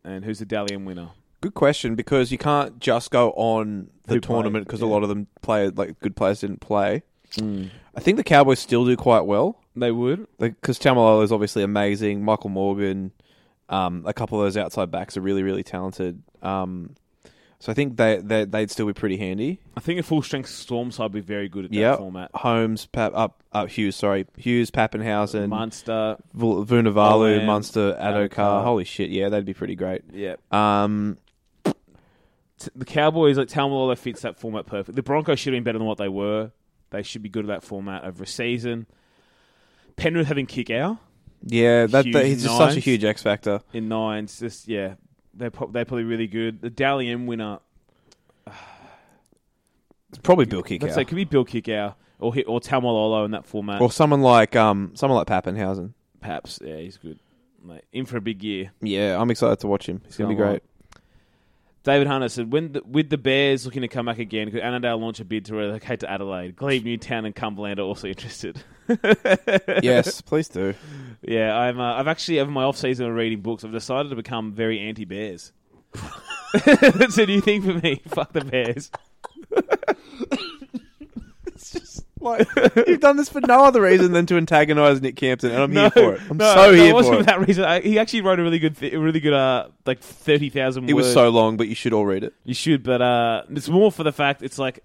[SPEAKER 3] and who's the Dalian winner?
[SPEAKER 2] Good question because you can't just go on the
[SPEAKER 3] Who
[SPEAKER 2] tournament because
[SPEAKER 3] played,
[SPEAKER 2] a
[SPEAKER 3] yeah.
[SPEAKER 2] lot of them play like good players didn't play. I think the Cowboys still do quite well.
[SPEAKER 3] They would.
[SPEAKER 2] because Tamalolo is obviously amazing. Michael Morgan, um, a couple of those outside backs are really, really talented. Um, So I think they, they they'd still be pretty handy.
[SPEAKER 3] I think a full strength Storm side would be very good at that
[SPEAKER 2] Yeah,
[SPEAKER 3] format.
[SPEAKER 2] Holmes, Pap, up, up Hughes, sorry, Hughes, Pappenhausen,
[SPEAKER 3] Monster,
[SPEAKER 2] Vul- Vunivalu,
[SPEAKER 3] Owen,
[SPEAKER 2] Munster,
[SPEAKER 3] Adokar.
[SPEAKER 2] Adokar. Holy shit, yeah, that'd be pretty great.
[SPEAKER 3] yeah.
[SPEAKER 2] Um,
[SPEAKER 3] T- the Cowboys, like Talmalolo, fits that format perfect. The Broncos should have been better than what they were. They should be good at that format over a season. Penrith having kick out
[SPEAKER 2] yeah, that,
[SPEAKER 3] Huge
[SPEAKER 2] that- he's just such a
[SPEAKER 3] nines.
[SPEAKER 2] huge X factor.
[SPEAKER 3] in nines, just yeah, they're pro- they're probably really good. The Dally M winner,
[SPEAKER 2] It's probably Bill Kickout.
[SPEAKER 3] let's say, it could be Bill Kickow or hit or Talmalolo in that format.
[SPEAKER 2] or someone like um someone like Pappenhausen.
[SPEAKER 3] Perhaps, yeah, he's good. Mate, in for a big year.
[SPEAKER 2] Yeah, I'm excited to watch him. It's gonna be
[SPEAKER 3] gonna
[SPEAKER 2] great.
[SPEAKER 3] David Hunter said, when the, with the Bears looking to come back again, could Annandale launch a bid to relocate to Adelaide? Glebe, Newtown, and Cumberland are also interested.
[SPEAKER 2] yes, please do.
[SPEAKER 3] Yeah, I'm. Uh, I've actually over my off season of reading books, I've decided to become very anti Bears. That's a new thing for me. Fuck the Bears.
[SPEAKER 2] Like you've done this for no other reason than to antagonise Nick Campton, and I'm here for it. I'm
[SPEAKER 3] no,
[SPEAKER 2] so
[SPEAKER 3] no,
[SPEAKER 2] here
[SPEAKER 3] it wasn't
[SPEAKER 2] for it.
[SPEAKER 3] that reason. I, he actually wrote a really good, th- a really good, uh, like thirty thousand.
[SPEAKER 2] It was so long, but you should all read it.
[SPEAKER 3] You should, but uh, it's more for the fact it's like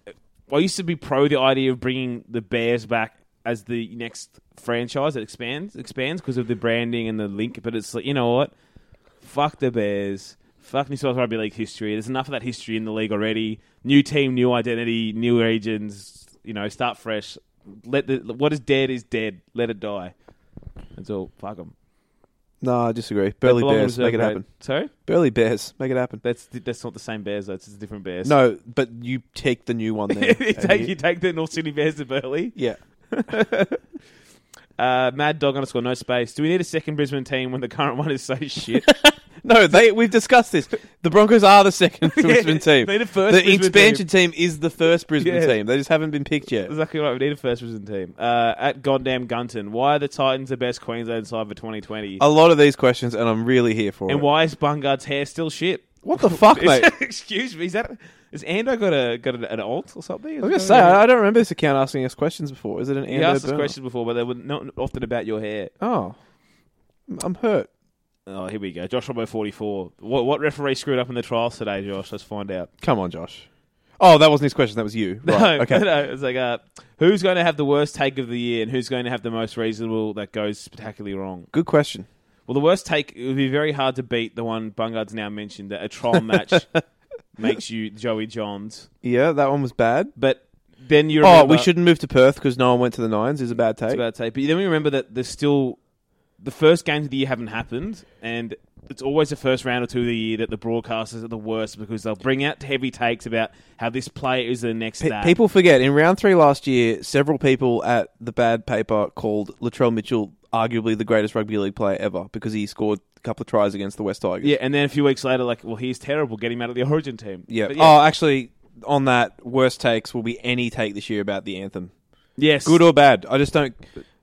[SPEAKER 3] I used to be pro the idea of bringing the Bears back as the next franchise that expands expands because of the branding and the link. But it's like you know what, fuck the Bears, fuck New South Wales Rugby League history. There's enough of that history in the league already. New team, new identity, new regions. You know, start fresh. Let the what is dead is dead. Let it die. That's all. Fuck them.
[SPEAKER 2] No, I disagree. Burley Bears, make it happen.
[SPEAKER 3] Sorry,
[SPEAKER 2] Burley Bears, make it happen.
[SPEAKER 3] that's that's not the same Bears. That's it's different Bears.
[SPEAKER 2] No, but you take the new one there.
[SPEAKER 3] you
[SPEAKER 2] And
[SPEAKER 3] take
[SPEAKER 2] you-
[SPEAKER 3] you take the North Sydney Bears to Burley.
[SPEAKER 2] Yeah.
[SPEAKER 3] Uh, Mad Dog underscore no space. Do we need a second Brisbane team when the current one is so shit?
[SPEAKER 2] No, they we've discussed this. The Broncos are the second Brisbane team.
[SPEAKER 3] Need a
[SPEAKER 2] The
[SPEAKER 3] first Brisbane
[SPEAKER 2] expansion team. is the first Brisbane
[SPEAKER 3] Yeah.
[SPEAKER 2] team. They just haven't been picked yet.
[SPEAKER 3] Team. Exactly right. We need a first Brisbane team. Uh, at Goddamn Gunton, why are the Titans the best Queensland side for 2020?
[SPEAKER 2] A lot of these questions, and I'm really here for
[SPEAKER 3] and
[SPEAKER 2] it.
[SPEAKER 3] why is Bungard's hair still shit?
[SPEAKER 2] what the fuck,
[SPEAKER 3] Is-
[SPEAKER 2] mate?
[SPEAKER 3] Excuse me. Is that is Ando got a got an, an alt or something?
[SPEAKER 2] I was gonna say I, I don't remember this account asking us questions before. Is it an
[SPEAKER 3] he
[SPEAKER 2] Amber
[SPEAKER 3] asked us
[SPEAKER 2] burner?
[SPEAKER 3] questions before, but they were not often about your hair.
[SPEAKER 2] Oh, Mm, I'm hurt.
[SPEAKER 3] Oh, here we go. Josh Robo forty four. What, what referee screwed up in the trials today, Josh? Let's find out.
[SPEAKER 2] Come on, Josh. Oh, that wasn't his question. That was you.
[SPEAKER 3] No,
[SPEAKER 2] Right. okay.
[SPEAKER 3] no, it's like uh, who's going to have the worst take of the year and who's going to have the most reasonable that goes spectacularly wrong.
[SPEAKER 2] Good question.
[SPEAKER 3] Well, the worst take it would be very hard to beat the one Bungard's now mentioned that a trial match makes you Joey Johns,
[SPEAKER 2] Yeah, that one was bad.
[SPEAKER 3] but then you
[SPEAKER 2] Oh,
[SPEAKER 3] remember,
[SPEAKER 2] we shouldn't move to Perth because no one went to the Nines. Is a bad
[SPEAKER 3] it's
[SPEAKER 2] take.
[SPEAKER 3] about to take, but then we remember that there's still the first games of the year haven't happened and. It's always the first round or two of the year that the broadcasters are the worst because they'll bring out heavy takes about how this player is the next.
[SPEAKER 2] Pe-
[SPEAKER 3] that.
[SPEAKER 2] people forget in round three last year, several people at the bad paper called Latrell Mitchell arguably the greatest rugby league player ever because he scored a couple of tries against the West Tigers.
[SPEAKER 3] yeah, and then a few weeks later, like, well, he's terrible. Get him out of the Origin team.
[SPEAKER 2] Yeah.
[SPEAKER 3] But
[SPEAKER 2] Oh, actually, on that, worst takes will be any take this year about the anthem.
[SPEAKER 3] Yes.
[SPEAKER 2] good or bad. I just don't.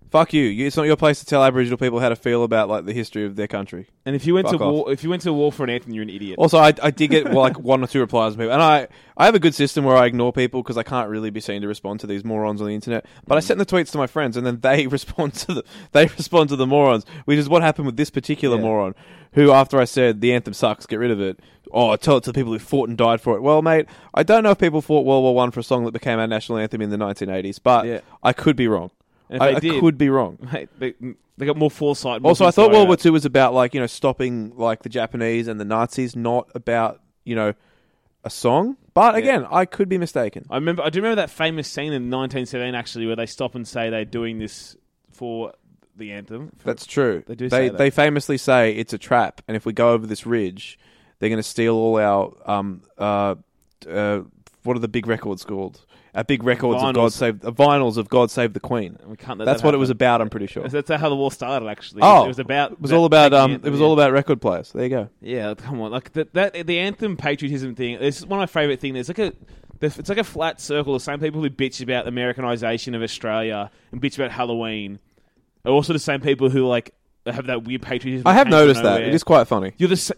[SPEAKER 2] Fuck you. You- It's not your place to tell Aboriginal people how to feel about like the history of their country.
[SPEAKER 3] and if you went to
[SPEAKER 2] Fuck off. Oh.
[SPEAKER 3] war, if you went to war for an anthem, you're an idiot.
[SPEAKER 2] Also, I, I did get well, like one or two replies from people, and I I have a good system where I ignore people because I can't really be seen to respond to these morons on the internet. But I send the tweets to my friends, and then they respond to the they respond to the morons, which is what happened with this particular
[SPEAKER 3] Yeah.
[SPEAKER 2] moron, who after I said the anthem sucks, get rid of it. Oh, tell it to the people who fought and died for it. Well, mate, I don't know if people fought World War One for a song that became our national anthem in the 1980s, but
[SPEAKER 3] Yeah.
[SPEAKER 2] I could be wrong.
[SPEAKER 3] And if
[SPEAKER 2] I,
[SPEAKER 3] they
[SPEAKER 2] I
[SPEAKER 3] did-
[SPEAKER 2] could be wrong.
[SPEAKER 3] Mate, they, they got more foresight. More
[SPEAKER 2] Also, I thought World War
[SPEAKER 3] Two.
[SPEAKER 2] Two was about like you know stopping like the Japanese and the Nazis, not about you know a song. But again, I could be mistaken.
[SPEAKER 3] I remember. I do remember that famous scene in 1917, actually, where they stop and say they're doing this for the anthem.
[SPEAKER 2] That's true.
[SPEAKER 3] They do
[SPEAKER 2] They,
[SPEAKER 3] say that.
[SPEAKER 2] they famously say it's a trap, and if we go over this ridge, they're going to steal all our um uh, uh what are the big records called? Our big records
[SPEAKER 3] Vinyls.
[SPEAKER 2] of God save uh, vinyls of God Save the Queen.
[SPEAKER 3] we can't let
[SPEAKER 2] That's
[SPEAKER 3] that
[SPEAKER 2] what it was
[SPEAKER 3] happen.
[SPEAKER 2] about. I'm pretty sure.
[SPEAKER 3] That's how the war started. Actually,
[SPEAKER 2] Oh.
[SPEAKER 3] it was about.
[SPEAKER 2] It was all about um.
[SPEAKER 3] anthem,
[SPEAKER 2] It was
[SPEAKER 3] yeah.
[SPEAKER 2] all about record players. There you go.
[SPEAKER 3] Yeah, come on, like that, that the anthem patriotism thing. It's one of my favorite things. There's like a, the- it's like a flat circle. The same people who bitch about Americanization of Australia and bitch about Halloween are also the same people who like have that weird patriotism.
[SPEAKER 2] I
[SPEAKER 3] that
[SPEAKER 2] have
[SPEAKER 3] came from
[SPEAKER 2] noticed that.
[SPEAKER 3] nowhere.
[SPEAKER 2] It is quite funny.
[SPEAKER 3] you're the s-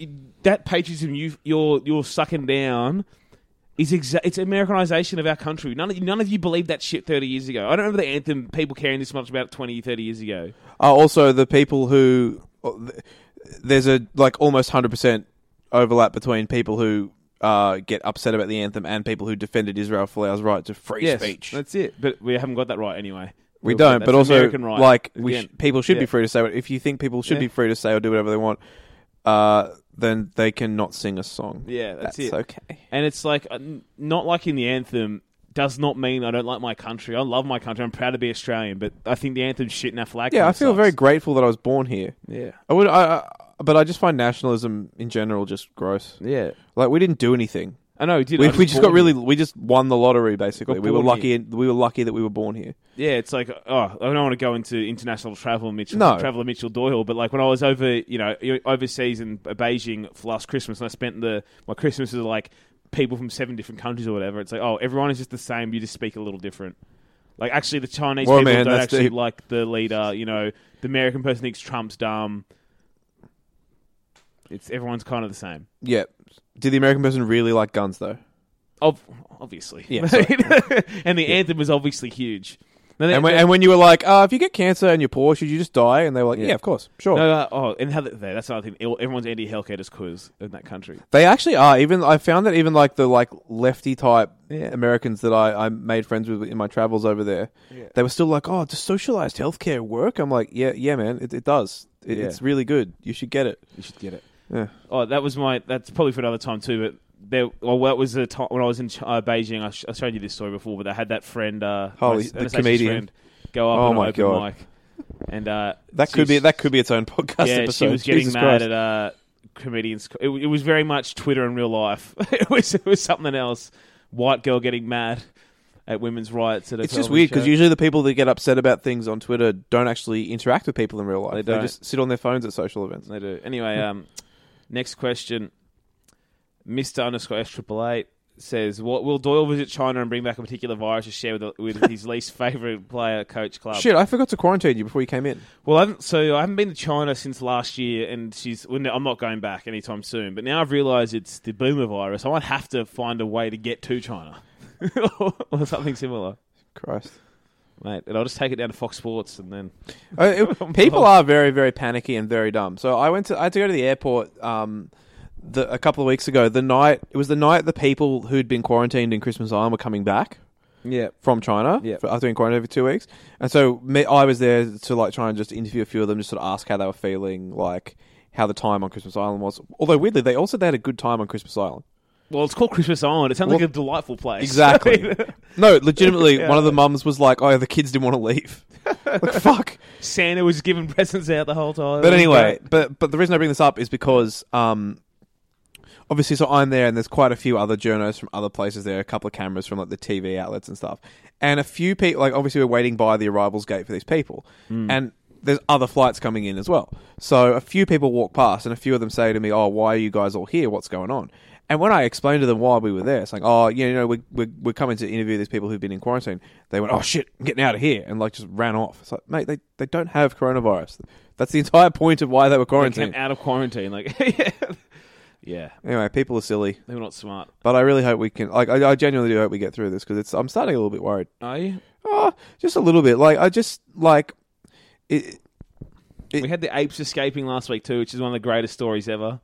[SPEAKER 3] that patriotism you you're you're sucking down. Is exa- it's Americanization of our country. None of, you- none of you believed that shit 30 years ago. I don't remember the anthem people caring this much about 20, 30 years ago.
[SPEAKER 2] are also the people who there's a like almost 100% overlap between people who uh, get upset about the anthem and people who defended Israel Folau's right to free
[SPEAKER 3] yes,
[SPEAKER 2] speech.
[SPEAKER 3] that's it. But we haven't got that right anyway.
[SPEAKER 2] We
[SPEAKER 3] We've got-
[SPEAKER 2] don't,
[SPEAKER 3] that's
[SPEAKER 2] but also
[SPEAKER 3] American right.
[SPEAKER 2] like
[SPEAKER 3] at
[SPEAKER 2] we
[SPEAKER 3] the
[SPEAKER 2] sh-
[SPEAKER 3] end.
[SPEAKER 2] people should be
[SPEAKER 3] Yeah.
[SPEAKER 2] free to say what. If you think people should be
[SPEAKER 3] Yeah.
[SPEAKER 2] free to say or do whatever they want, uh, then they cannot sing a song.
[SPEAKER 3] Yeah, that's it.
[SPEAKER 2] okay.
[SPEAKER 3] And it's like uh, n- not liking the anthem does not mean I don't like my country. I love my country. I'm proud to be Australian, but I think the anthem's shit in our flag.
[SPEAKER 2] Yeah,
[SPEAKER 3] kinda
[SPEAKER 2] I feel
[SPEAKER 3] sucks.
[SPEAKER 2] very grateful that I was born here.
[SPEAKER 3] yeah,
[SPEAKER 2] I would, I, I, but I just find nationalism in general just gross.
[SPEAKER 3] yeah.
[SPEAKER 2] Like we didn't do anything.
[SPEAKER 3] I know. Dude,
[SPEAKER 2] We,
[SPEAKER 3] I was
[SPEAKER 2] we just got
[SPEAKER 3] born
[SPEAKER 2] really, we just won the lottery. Basically, we were
[SPEAKER 3] born
[SPEAKER 2] lucky. We were lucky that we were born here.
[SPEAKER 3] Yeah, it's like oh, I don't want to go into international travel, Mitchell.
[SPEAKER 2] No.
[SPEAKER 3] traveler Mitchell Doyle. But like when I was over, you know, overseas in Beijing for last Christmas, and I spent the my Christmases are like people from seven different countries or whatever. It's like oh, everyone is just the same. You just speak a little different. Like actually, the Chinese
[SPEAKER 2] Well,
[SPEAKER 3] people
[SPEAKER 2] man,
[SPEAKER 3] don't
[SPEAKER 2] that's
[SPEAKER 3] actually
[SPEAKER 2] deep.
[SPEAKER 3] like the leader. You know, the American person thinks Trump's dumb. It's everyone's kind of the same.
[SPEAKER 2] Yeah. Did the American person really like guns though?
[SPEAKER 3] Ob- obviously,
[SPEAKER 2] Yeah,
[SPEAKER 3] and the anthem was obviously huge. No, they-
[SPEAKER 2] And when, and when you were like, uh, if you get cancer and you're poor, should you just die? And they were like, yeah, of course, sure.
[SPEAKER 3] No, no, oh, and how the, there, that's another thing. Ill- Everyone's anti-healthcare just cause in that country.
[SPEAKER 2] They actually are. Even I found that even like the like lefty type
[SPEAKER 3] Yeah.
[SPEAKER 2] Americans that I, I made friends with in my travels over there, they were still like, "Oh, does socialized healthcare work?" I'm like, "Yeah, yeah, man, it, it does. It,
[SPEAKER 3] Yeah.
[SPEAKER 2] It's really good. You should get it."
[SPEAKER 3] You should get it.
[SPEAKER 2] Yeah.
[SPEAKER 3] Oh, that was my. That's probably for another time too. But there, oh, well, that was the time when I was in Ch- uh, Beijing. I, sh- I showed you this story before, but I had that friend, uh,
[SPEAKER 2] Holy-
[SPEAKER 3] my s-
[SPEAKER 2] Oh, the
[SPEAKER 3] Anastasia's
[SPEAKER 2] comedian.
[SPEAKER 3] friend, go up
[SPEAKER 2] Oh
[SPEAKER 3] on
[SPEAKER 2] my
[SPEAKER 3] an open
[SPEAKER 2] God.
[SPEAKER 3] mic, and uh,
[SPEAKER 2] That
[SPEAKER 3] she
[SPEAKER 2] could be
[SPEAKER 3] was-
[SPEAKER 2] that could be its own podcast
[SPEAKER 3] yeah,
[SPEAKER 2] episode.
[SPEAKER 3] she was getting
[SPEAKER 2] Jesus
[SPEAKER 3] mad
[SPEAKER 2] Christ.
[SPEAKER 3] at uh, comedians. It, it was very much Twitter in real life. it was it was something else. White girl getting mad at women's rights. At a
[SPEAKER 2] It's just
[SPEAKER 3] television
[SPEAKER 2] weird because
[SPEAKER 3] show.
[SPEAKER 2] usually the people that get upset about things on Twitter don't actually interact with people in real life.
[SPEAKER 3] They
[SPEAKER 2] They
[SPEAKER 3] don't.
[SPEAKER 2] just sit on their phones at social events.
[SPEAKER 3] They do. Anyway, um, next question. Mr. underscore S triple eight says, "What will Doyle visit China and bring back a particular virus to share with, with his least favorite player, coach, club?"
[SPEAKER 2] Shit, I forgot to quarantine you before you came in.
[SPEAKER 3] Well, I haven't, so I haven't been to China since last year, and she's. Well, no, I'm not going back anytime soon. But now I've realised it's the boomer virus. I might have to find a way to get to China or something similar,
[SPEAKER 2] Christ.
[SPEAKER 3] mate. And I'll just take it down to Fox Sports and then.
[SPEAKER 2] Uh, it- people are very very panicky and very dumb. So I went to I had to go to the airport um, the, a couple of weeks ago. The night it was the night the people who'd been quarantined in Christmas Island were coming back
[SPEAKER 3] Yeah.
[SPEAKER 2] from China
[SPEAKER 3] Yeah.
[SPEAKER 2] for, after being quarantined for two weeks. And so me, I was there to like try and just interview a few of them, just sort of ask how they were feeling, like how the time on Christmas Island was. Although weirdly, they also they had a good time on Christmas Island.
[SPEAKER 3] Well, it's called Christmas Island. It sounds like
[SPEAKER 2] Well,
[SPEAKER 3] a delightful place.
[SPEAKER 2] Exactly. no, legitimately,
[SPEAKER 3] Yeah.
[SPEAKER 2] one of the mums was like, "Oh, the kids didn't want to leave." like fuck.
[SPEAKER 3] Santa was giving presents out the whole time.
[SPEAKER 2] But anyway, but but the reason I bring this up is because um, obviously, so I'm there, and there's quite a few other journos from other places there. A couple of cameras from like the TV outlets and stuff, and a few people. Like obviously, we're waiting by the arrivals gate for these people,
[SPEAKER 3] Hmm.
[SPEAKER 2] and there's other flights coming in as well. So a few people walk past, and a few of them say to me, "Oh, why are you guys all here? What's going on?" And when I explained to them why we were there, it's like, oh, you know, we're, we're, we're coming to interview these people who've been in quarantine. They went, oh, shit, I'm getting out of here. And, like, just ran off. It's like, mate, they, they don't have coronavirus. That's the entire point of why they were
[SPEAKER 3] came
[SPEAKER 2] quarantined.
[SPEAKER 3] out of quarantine. Like, yeah,
[SPEAKER 2] Anyway, people are silly.
[SPEAKER 3] they were not smart.
[SPEAKER 2] But I really hope we can, like, I, I genuinely do hope we get through this because it's, I'm starting to get a little bit worried.
[SPEAKER 3] Are you?
[SPEAKER 2] Oh, just a little bit. Like, I just, like, it,
[SPEAKER 3] We had the apes escaping last week too, which is one of the greatest stories ever.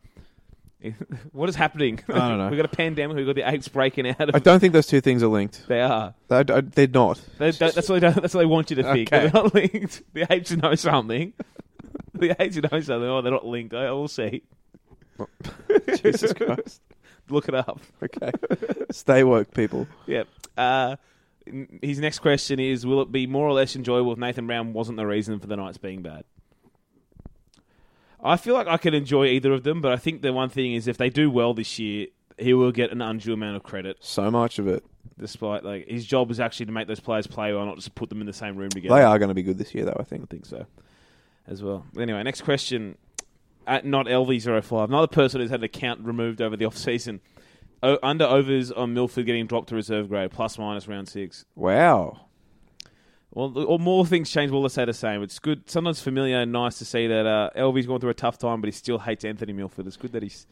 [SPEAKER 3] what is happening? I
[SPEAKER 2] don't know.
[SPEAKER 3] we got a pandemic. We got the apes breaking out of.
[SPEAKER 2] I don't think those two things are linked.
[SPEAKER 3] they are.
[SPEAKER 2] I, I- they're not.
[SPEAKER 3] They, that- that's what they. Don't, that's what they want you to think.
[SPEAKER 2] Okay.
[SPEAKER 3] They're not linked. The apes know something. the apes know something. Oh, they're not linked. I will see.
[SPEAKER 2] Jesus Christ.
[SPEAKER 3] Look it up.
[SPEAKER 2] Okay. Stay woke, people.
[SPEAKER 3] Yep. Uh, n- his next question is: Will it be more or less enjoyable if Nathan Brown wasn't the reason for the Knights being bad? I feel like I could enjoy either of them, but I think the one thing is if they do well this year, he will get an undue amount of credit.
[SPEAKER 2] So much of it.
[SPEAKER 3] Despite like his job is actually to make those players play well, not just to put them in the same room together.
[SPEAKER 2] They are going to be good this year, though, I
[SPEAKER 3] I
[SPEAKER 2] think.
[SPEAKER 3] think so, as well. Anyway, next question. At not LV05, another person who's had an account removed over the off season. O- under overs on Milford getting dropped to reserve grade, plus minus round six.
[SPEAKER 2] Wow.
[SPEAKER 3] Well, the- or more things change, we'll say the same. It's good, sometimes familiar and nice to see that uh, Elvie's gone through a tough time, but he still hates Anthony Milford. It's good that he's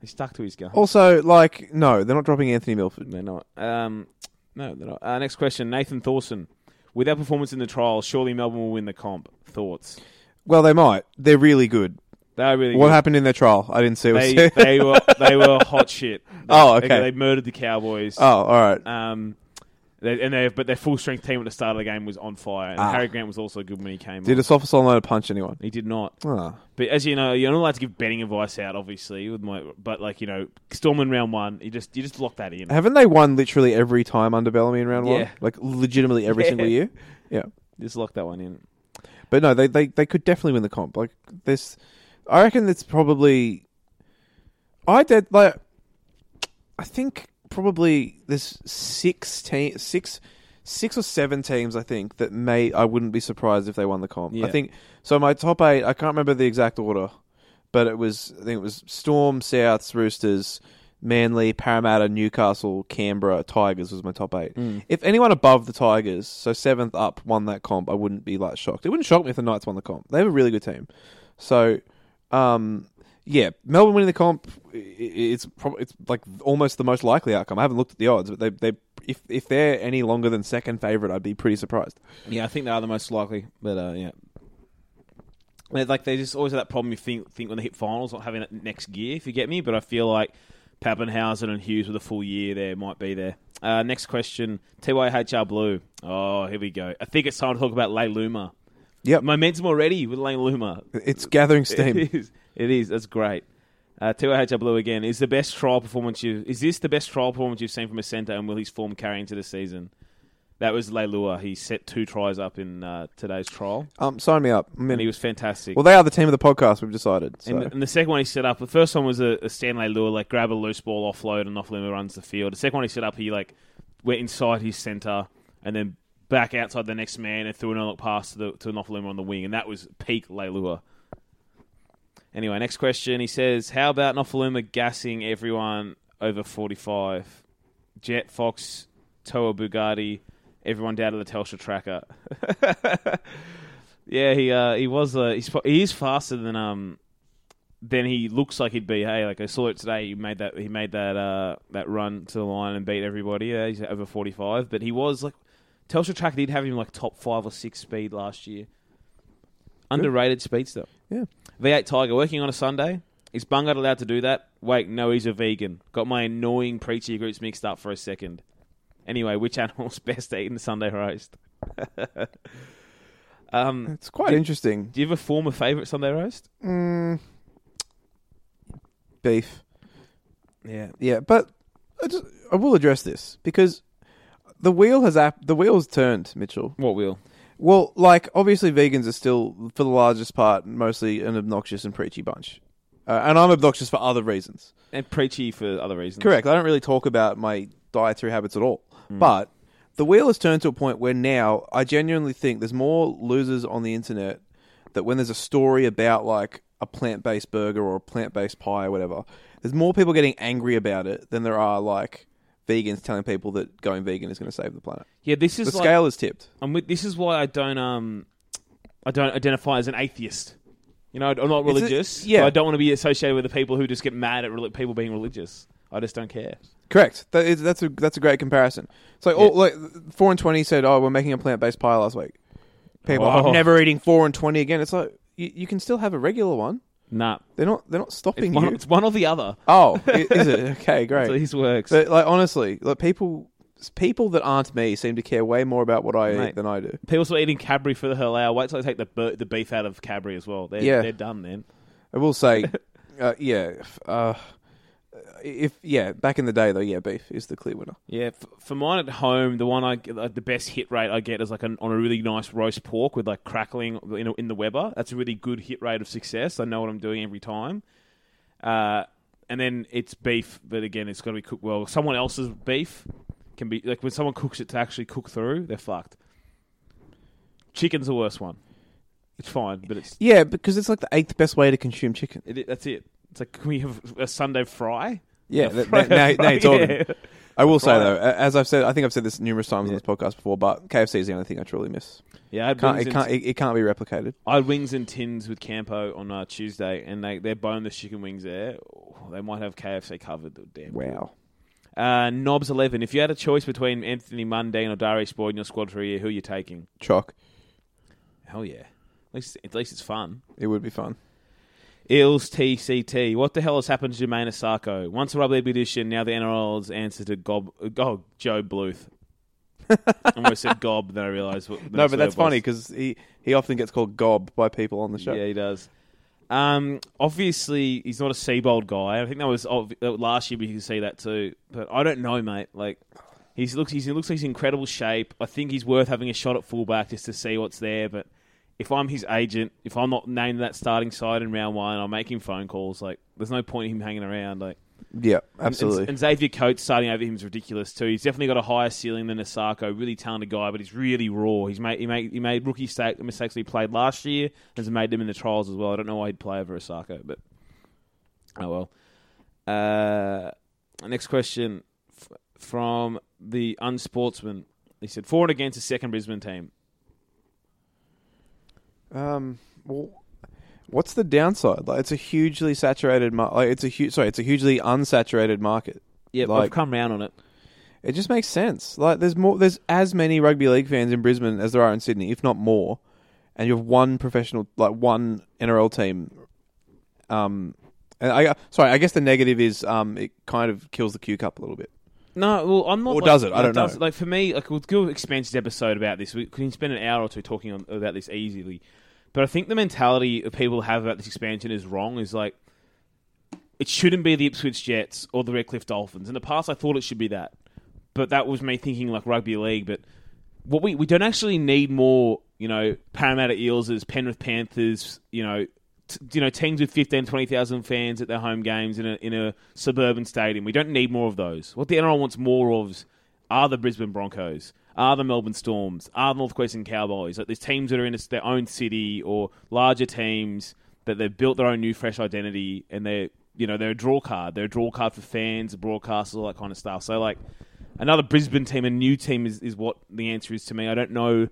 [SPEAKER 3] he's stuck to his gun.
[SPEAKER 2] Also, like, no, they're not dropping Anthony Milford.
[SPEAKER 3] They're not. Um, no, they're not. Uh, next question, Nathan Thorson. With our performance in the trial, surely Melbourne will win the comp. Thoughts?
[SPEAKER 2] Well, they might. They're really good.
[SPEAKER 3] They are really
[SPEAKER 2] What
[SPEAKER 3] good.
[SPEAKER 2] happened in their trial? I didn't see. What
[SPEAKER 3] They, they were they were hot shit.
[SPEAKER 2] Oh,
[SPEAKER 3] They-
[SPEAKER 2] okay.
[SPEAKER 3] They murdered the Cowboys.
[SPEAKER 2] oh, all right.
[SPEAKER 3] Um, they, and they but their full strength team at the start of the game was on fire. And
[SPEAKER 2] Ah.
[SPEAKER 3] Harry Grant was also good when he came.
[SPEAKER 2] Did
[SPEAKER 3] on.
[SPEAKER 2] a soft solid punch anyone?
[SPEAKER 3] He did not.
[SPEAKER 2] Oh.
[SPEAKER 3] But as you know, you're not allowed to give betting advice out, obviously. With my, but like you know, Storming round one, you just you just lock that in.
[SPEAKER 2] Haven't they won literally every time under Bellamy in round one?
[SPEAKER 3] Yeah.
[SPEAKER 2] Like legitimately every
[SPEAKER 3] Yeah.
[SPEAKER 2] single year. Yeah,
[SPEAKER 3] Just lock that one in.
[SPEAKER 2] but no, they, they they could definitely win the comp. Like this, I reckon it's probably. I did like, I think probably there's six te- six six or seven teams I think that may I wouldn't be surprised if they won the comp.
[SPEAKER 3] Yeah.
[SPEAKER 2] I think so. My top eight, I can't remember the exact order, but it was I think it was Storm, Souths, Roosters, Manly, Parramatta, Newcastle, Canberra, Tigers was my top eight. If anyone above the Tigers, so seventh up, won that comp, I wouldn't be like shocked. It wouldn't shock me if the Knights won the comp. They have a really good team, so. Um, yeah, Melbourne winning the comp. i- i- It's probably it's like almost the most likely outcome. I haven't looked at the odds, but they they if if they're any longer than second favorite, I'd be pretty surprised.
[SPEAKER 3] Yeah, I think they are the most likely. But uh, yeah, They're like they just always have that problem. You think think when they hit finals, not having that next gear, if you get me. But I feel like Pappenhausen and Hughes with a full year there might be there. Uh, next question, TYHR Blue. Oh, here we go. I think it's time to talk about Lay Luma.
[SPEAKER 2] Yep.
[SPEAKER 3] momentum already with Lane Luma.
[SPEAKER 2] It's gathering steam.
[SPEAKER 3] It is. It is. That's great. Uh, Tuahaja Blue again is the best trial performance you. Is this the best trial performance you've seen from a centre, and will his form carry into the season? That was Leilua. He set two tries up in uh, today's trial,
[SPEAKER 2] Um, sign me up. I
[SPEAKER 3] and he
[SPEAKER 2] mean,
[SPEAKER 3] was fantastic.
[SPEAKER 2] well, they are the team of the podcast. We've decided. So.
[SPEAKER 3] and, the, and the second one he set up, the first one was a, a Stanley Lua, like grab a loose ball, offload, and off limber runs the field. The second one he set up, he like went inside his centre and then back outside the next man and threw an unlock pass to, the, to an off limber on the wing, and that was peak Leilua. Anyway, next question. He says, "How about Nofaluma gassing everyone over 45? Jet Fox, Toa Bugatti, everyone down to the Telstra tracker." yeah, he uh, he was uh, he's, fa- he is faster than um than he looks like he'd be. Hey, like I saw it today. He made that he made that uh, that run to the line and beat everybody. Yeah, he's over 45, but he was like Telstra tracker did have him like top five or six speed last year. Underrated speedster.
[SPEAKER 2] yeah.
[SPEAKER 3] V8 Tiger working on a Sunday. Is Bungard allowed to do that? Wait, no, he's a vegan. Got my annoying preachy groups mixed up for a second. Anyway, which animal's best to eat in the Sunday roast? um,
[SPEAKER 2] It's quite interesting.
[SPEAKER 3] do you have a former favourite Sunday roast?
[SPEAKER 2] Mm, beef.
[SPEAKER 3] Yeah.
[SPEAKER 2] Yeah, but I, just, I will address this because the wheel has app the wheel's turned, Mitchell.
[SPEAKER 3] What will?
[SPEAKER 2] Well, like obviously, vegans are still, for the largest part, mostly an obnoxious and preachy bunch, uh, and I'm obnoxious for other reasons.
[SPEAKER 3] And preachy for other reasons.
[SPEAKER 2] Correct. I don't really talk about my dietary habits at all, but the wheel has turned to a point where now I genuinely think there's more losers on the internet that when there's a story about like a plant-based burger or a plant-based pie or whatever, there's more people getting angry about it than there are like vegans telling people that going vegan is going to save the planet.
[SPEAKER 3] Yeah, this
[SPEAKER 2] The
[SPEAKER 3] is like,
[SPEAKER 2] scale is tipped.
[SPEAKER 3] I'm with, this is why I don't um I don't identify as an atheist. You know, I'm not
[SPEAKER 2] It's a-
[SPEAKER 3] religious.
[SPEAKER 2] yeah.
[SPEAKER 3] but I don't want to be associated with the people who just get mad at reli- people being religious. I just don't care.
[SPEAKER 2] Correct. That is, that's a that's a great comparison. So all, like four and twenty said, "Oh, we're making a plant based pie last week." People,
[SPEAKER 3] Oh.
[SPEAKER 2] I'm never eating four and twenty again. It's like you, you can still have a regular one.
[SPEAKER 3] Nah.
[SPEAKER 2] They're not they're not stopping
[SPEAKER 3] One,
[SPEAKER 2] you.
[SPEAKER 3] it's one or the other.
[SPEAKER 2] oh, i- is it okay?
[SPEAKER 3] So
[SPEAKER 2] Great.
[SPEAKER 3] his works.
[SPEAKER 2] But like honestly, like people people that aren't me seem to care way more about what I
[SPEAKER 3] Mate.
[SPEAKER 2] eat than I do.
[SPEAKER 3] People start eating Cadbury for the halal. Wait till they take the bur- the beef out of Cadbury as well. They're,
[SPEAKER 2] Yeah.
[SPEAKER 3] they're done then.
[SPEAKER 2] I will say, uh, yeah, if, uh, if yeah, back in the day though, yeah, beef is the clear winner.
[SPEAKER 3] Yeah, f- for mine at home, the one I get- like, the best hit rate I get is like an, on a really nice roast pork with like crackling in, a, in the Weber. That's a really good hit rate of success. I know what I'm doing every time. Uh, and then it's beef, but again, it's got to be cooked well. Someone else's beef can be like when someone cooks it to actually cook through, they're fucked. Chicken's the worst one. It's fine, but it's
[SPEAKER 2] Yeah, because it's like the eighth best way to consume chicken.
[SPEAKER 3] It, that's it. It's like, can we have a Sunday fry?
[SPEAKER 2] Yeah, that, now, now, now you're talking.
[SPEAKER 3] Yeah.
[SPEAKER 2] I will say
[SPEAKER 3] Right.
[SPEAKER 2] though, a- as I've said, I think I've said this numerous times on this podcast before, but KFC is the only thing I truly miss.
[SPEAKER 3] Yeah, I had,
[SPEAKER 2] Can't,
[SPEAKER 3] wings
[SPEAKER 2] it
[SPEAKER 3] and-
[SPEAKER 2] can't, it, it can't be replicated.
[SPEAKER 3] I had wings and tins with Campo on uh, Tuesday, and they, they're boneless chicken wings there. Oh, they might have KFC covered. Though, damn.
[SPEAKER 2] Wow.
[SPEAKER 3] Uh, Knobs 11. If you had a choice between Anthony Mundine or Darius Boyd in your squad for a year, who are you taking?
[SPEAKER 2] Chalk.
[SPEAKER 3] Hell yeah. At least, at least it's fun.
[SPEAKER 2] It would be fun.
[SPEAKER 3] Ills TCT. What the hell has happened to Jermaine Asako? Once a rugby edition, now the NRL's answer to Gob, oh, Joe Bluth. I almost said Gob, then I realised. what- the
[SPEAKER 2] No, but
[SPEAKER 3] next word
[SPEAKER 2] that's funny
[SPEAKER 3] was.
[SPEAKER 2] because he, he often gets called gob by people on the show.
[SPEAKER 3] Yeah, he does. Um, obviously, he's not a Seabold guy. I think that was obvi- uh, last year. We could see that too. But I don't know, mate. Like, he's looks he's, he looks like he's in incredible shape. I think he's worth having a shot at fullback just to see what's there. But if I'm his agent, if I'm not named that starting side in round one, I'll make him phone calls. Like, there's no point in him hanging around. Like,
[SPEAKER 2] Yeah,
[SPEAKER 3] and- And, Xavier Coates starting over him is ridiculous too. He's definitely got a higher ceiling than Asako. Really talented guy, but he's really raw. He's made he made he made rookie sta- mistakes that he played last year. Has made them in the trials as well. I don't know why he'd play over Asako, but oh well. Uh, next question f- from the unsportsman. He said for and against a second Brisbane team.
[SPEAKER 2] Um, well, what's the downside? Like, it's a hugely saturated. Mar- like, it's a huge. Sorry, it's a hugely unsaturated market.
[SPEAKER 3] Yeah,
[SPEAKER 2] Like-
[SPEAKER 3] I've come round on it.
[SPEAKER 2] It just makes sense. Like, there's more. There's as many rugby league fans in Brisbane as there are in Sydney, if not more. And you have one professional, like one NRL team. Um, and I sorry. I guess the negative is um, it kind of kills the Q Cup a little bit.
[SPEAKER 3] No, well, I'm not.
[SPEAKER 2] Or
[SPEAKER 3] like-
[SPEAKER 2] does it? I don't
[SPEAKER 3] does
[SPEAKER 2] know.
[SPEAKER 3] Like for me, like we'll do an expensive episode about this. We can spend an hour or two talking on, about this easily. But I think the mentality that people have about this expansion is wrong. Is like it shouldn't be the Ipswich Jets or the Redcliffe Dolphins. In the past, I thought it should be that, but that was me thinking like rugby league. But what we we don't actually need more, you know, Parramatta Eels, Penrith Panthers, you know, t- you know teams with 15, 20,000 fans at their home games in a in a suburban stadium. We don't need more of those. What the NRL wants more of are the Brisbane Broncos, are the Melbourne Storms, are the North Queensland Cowboys. Like there's teams that are in a, their own city or larger teams that they've built their own new fresh identity and they're you know they're a draw card. They're a draw card for fans, broadcasters, all that kind of stuff. So like another Brisbane team, a new team is, is what the answer is to me. I don't know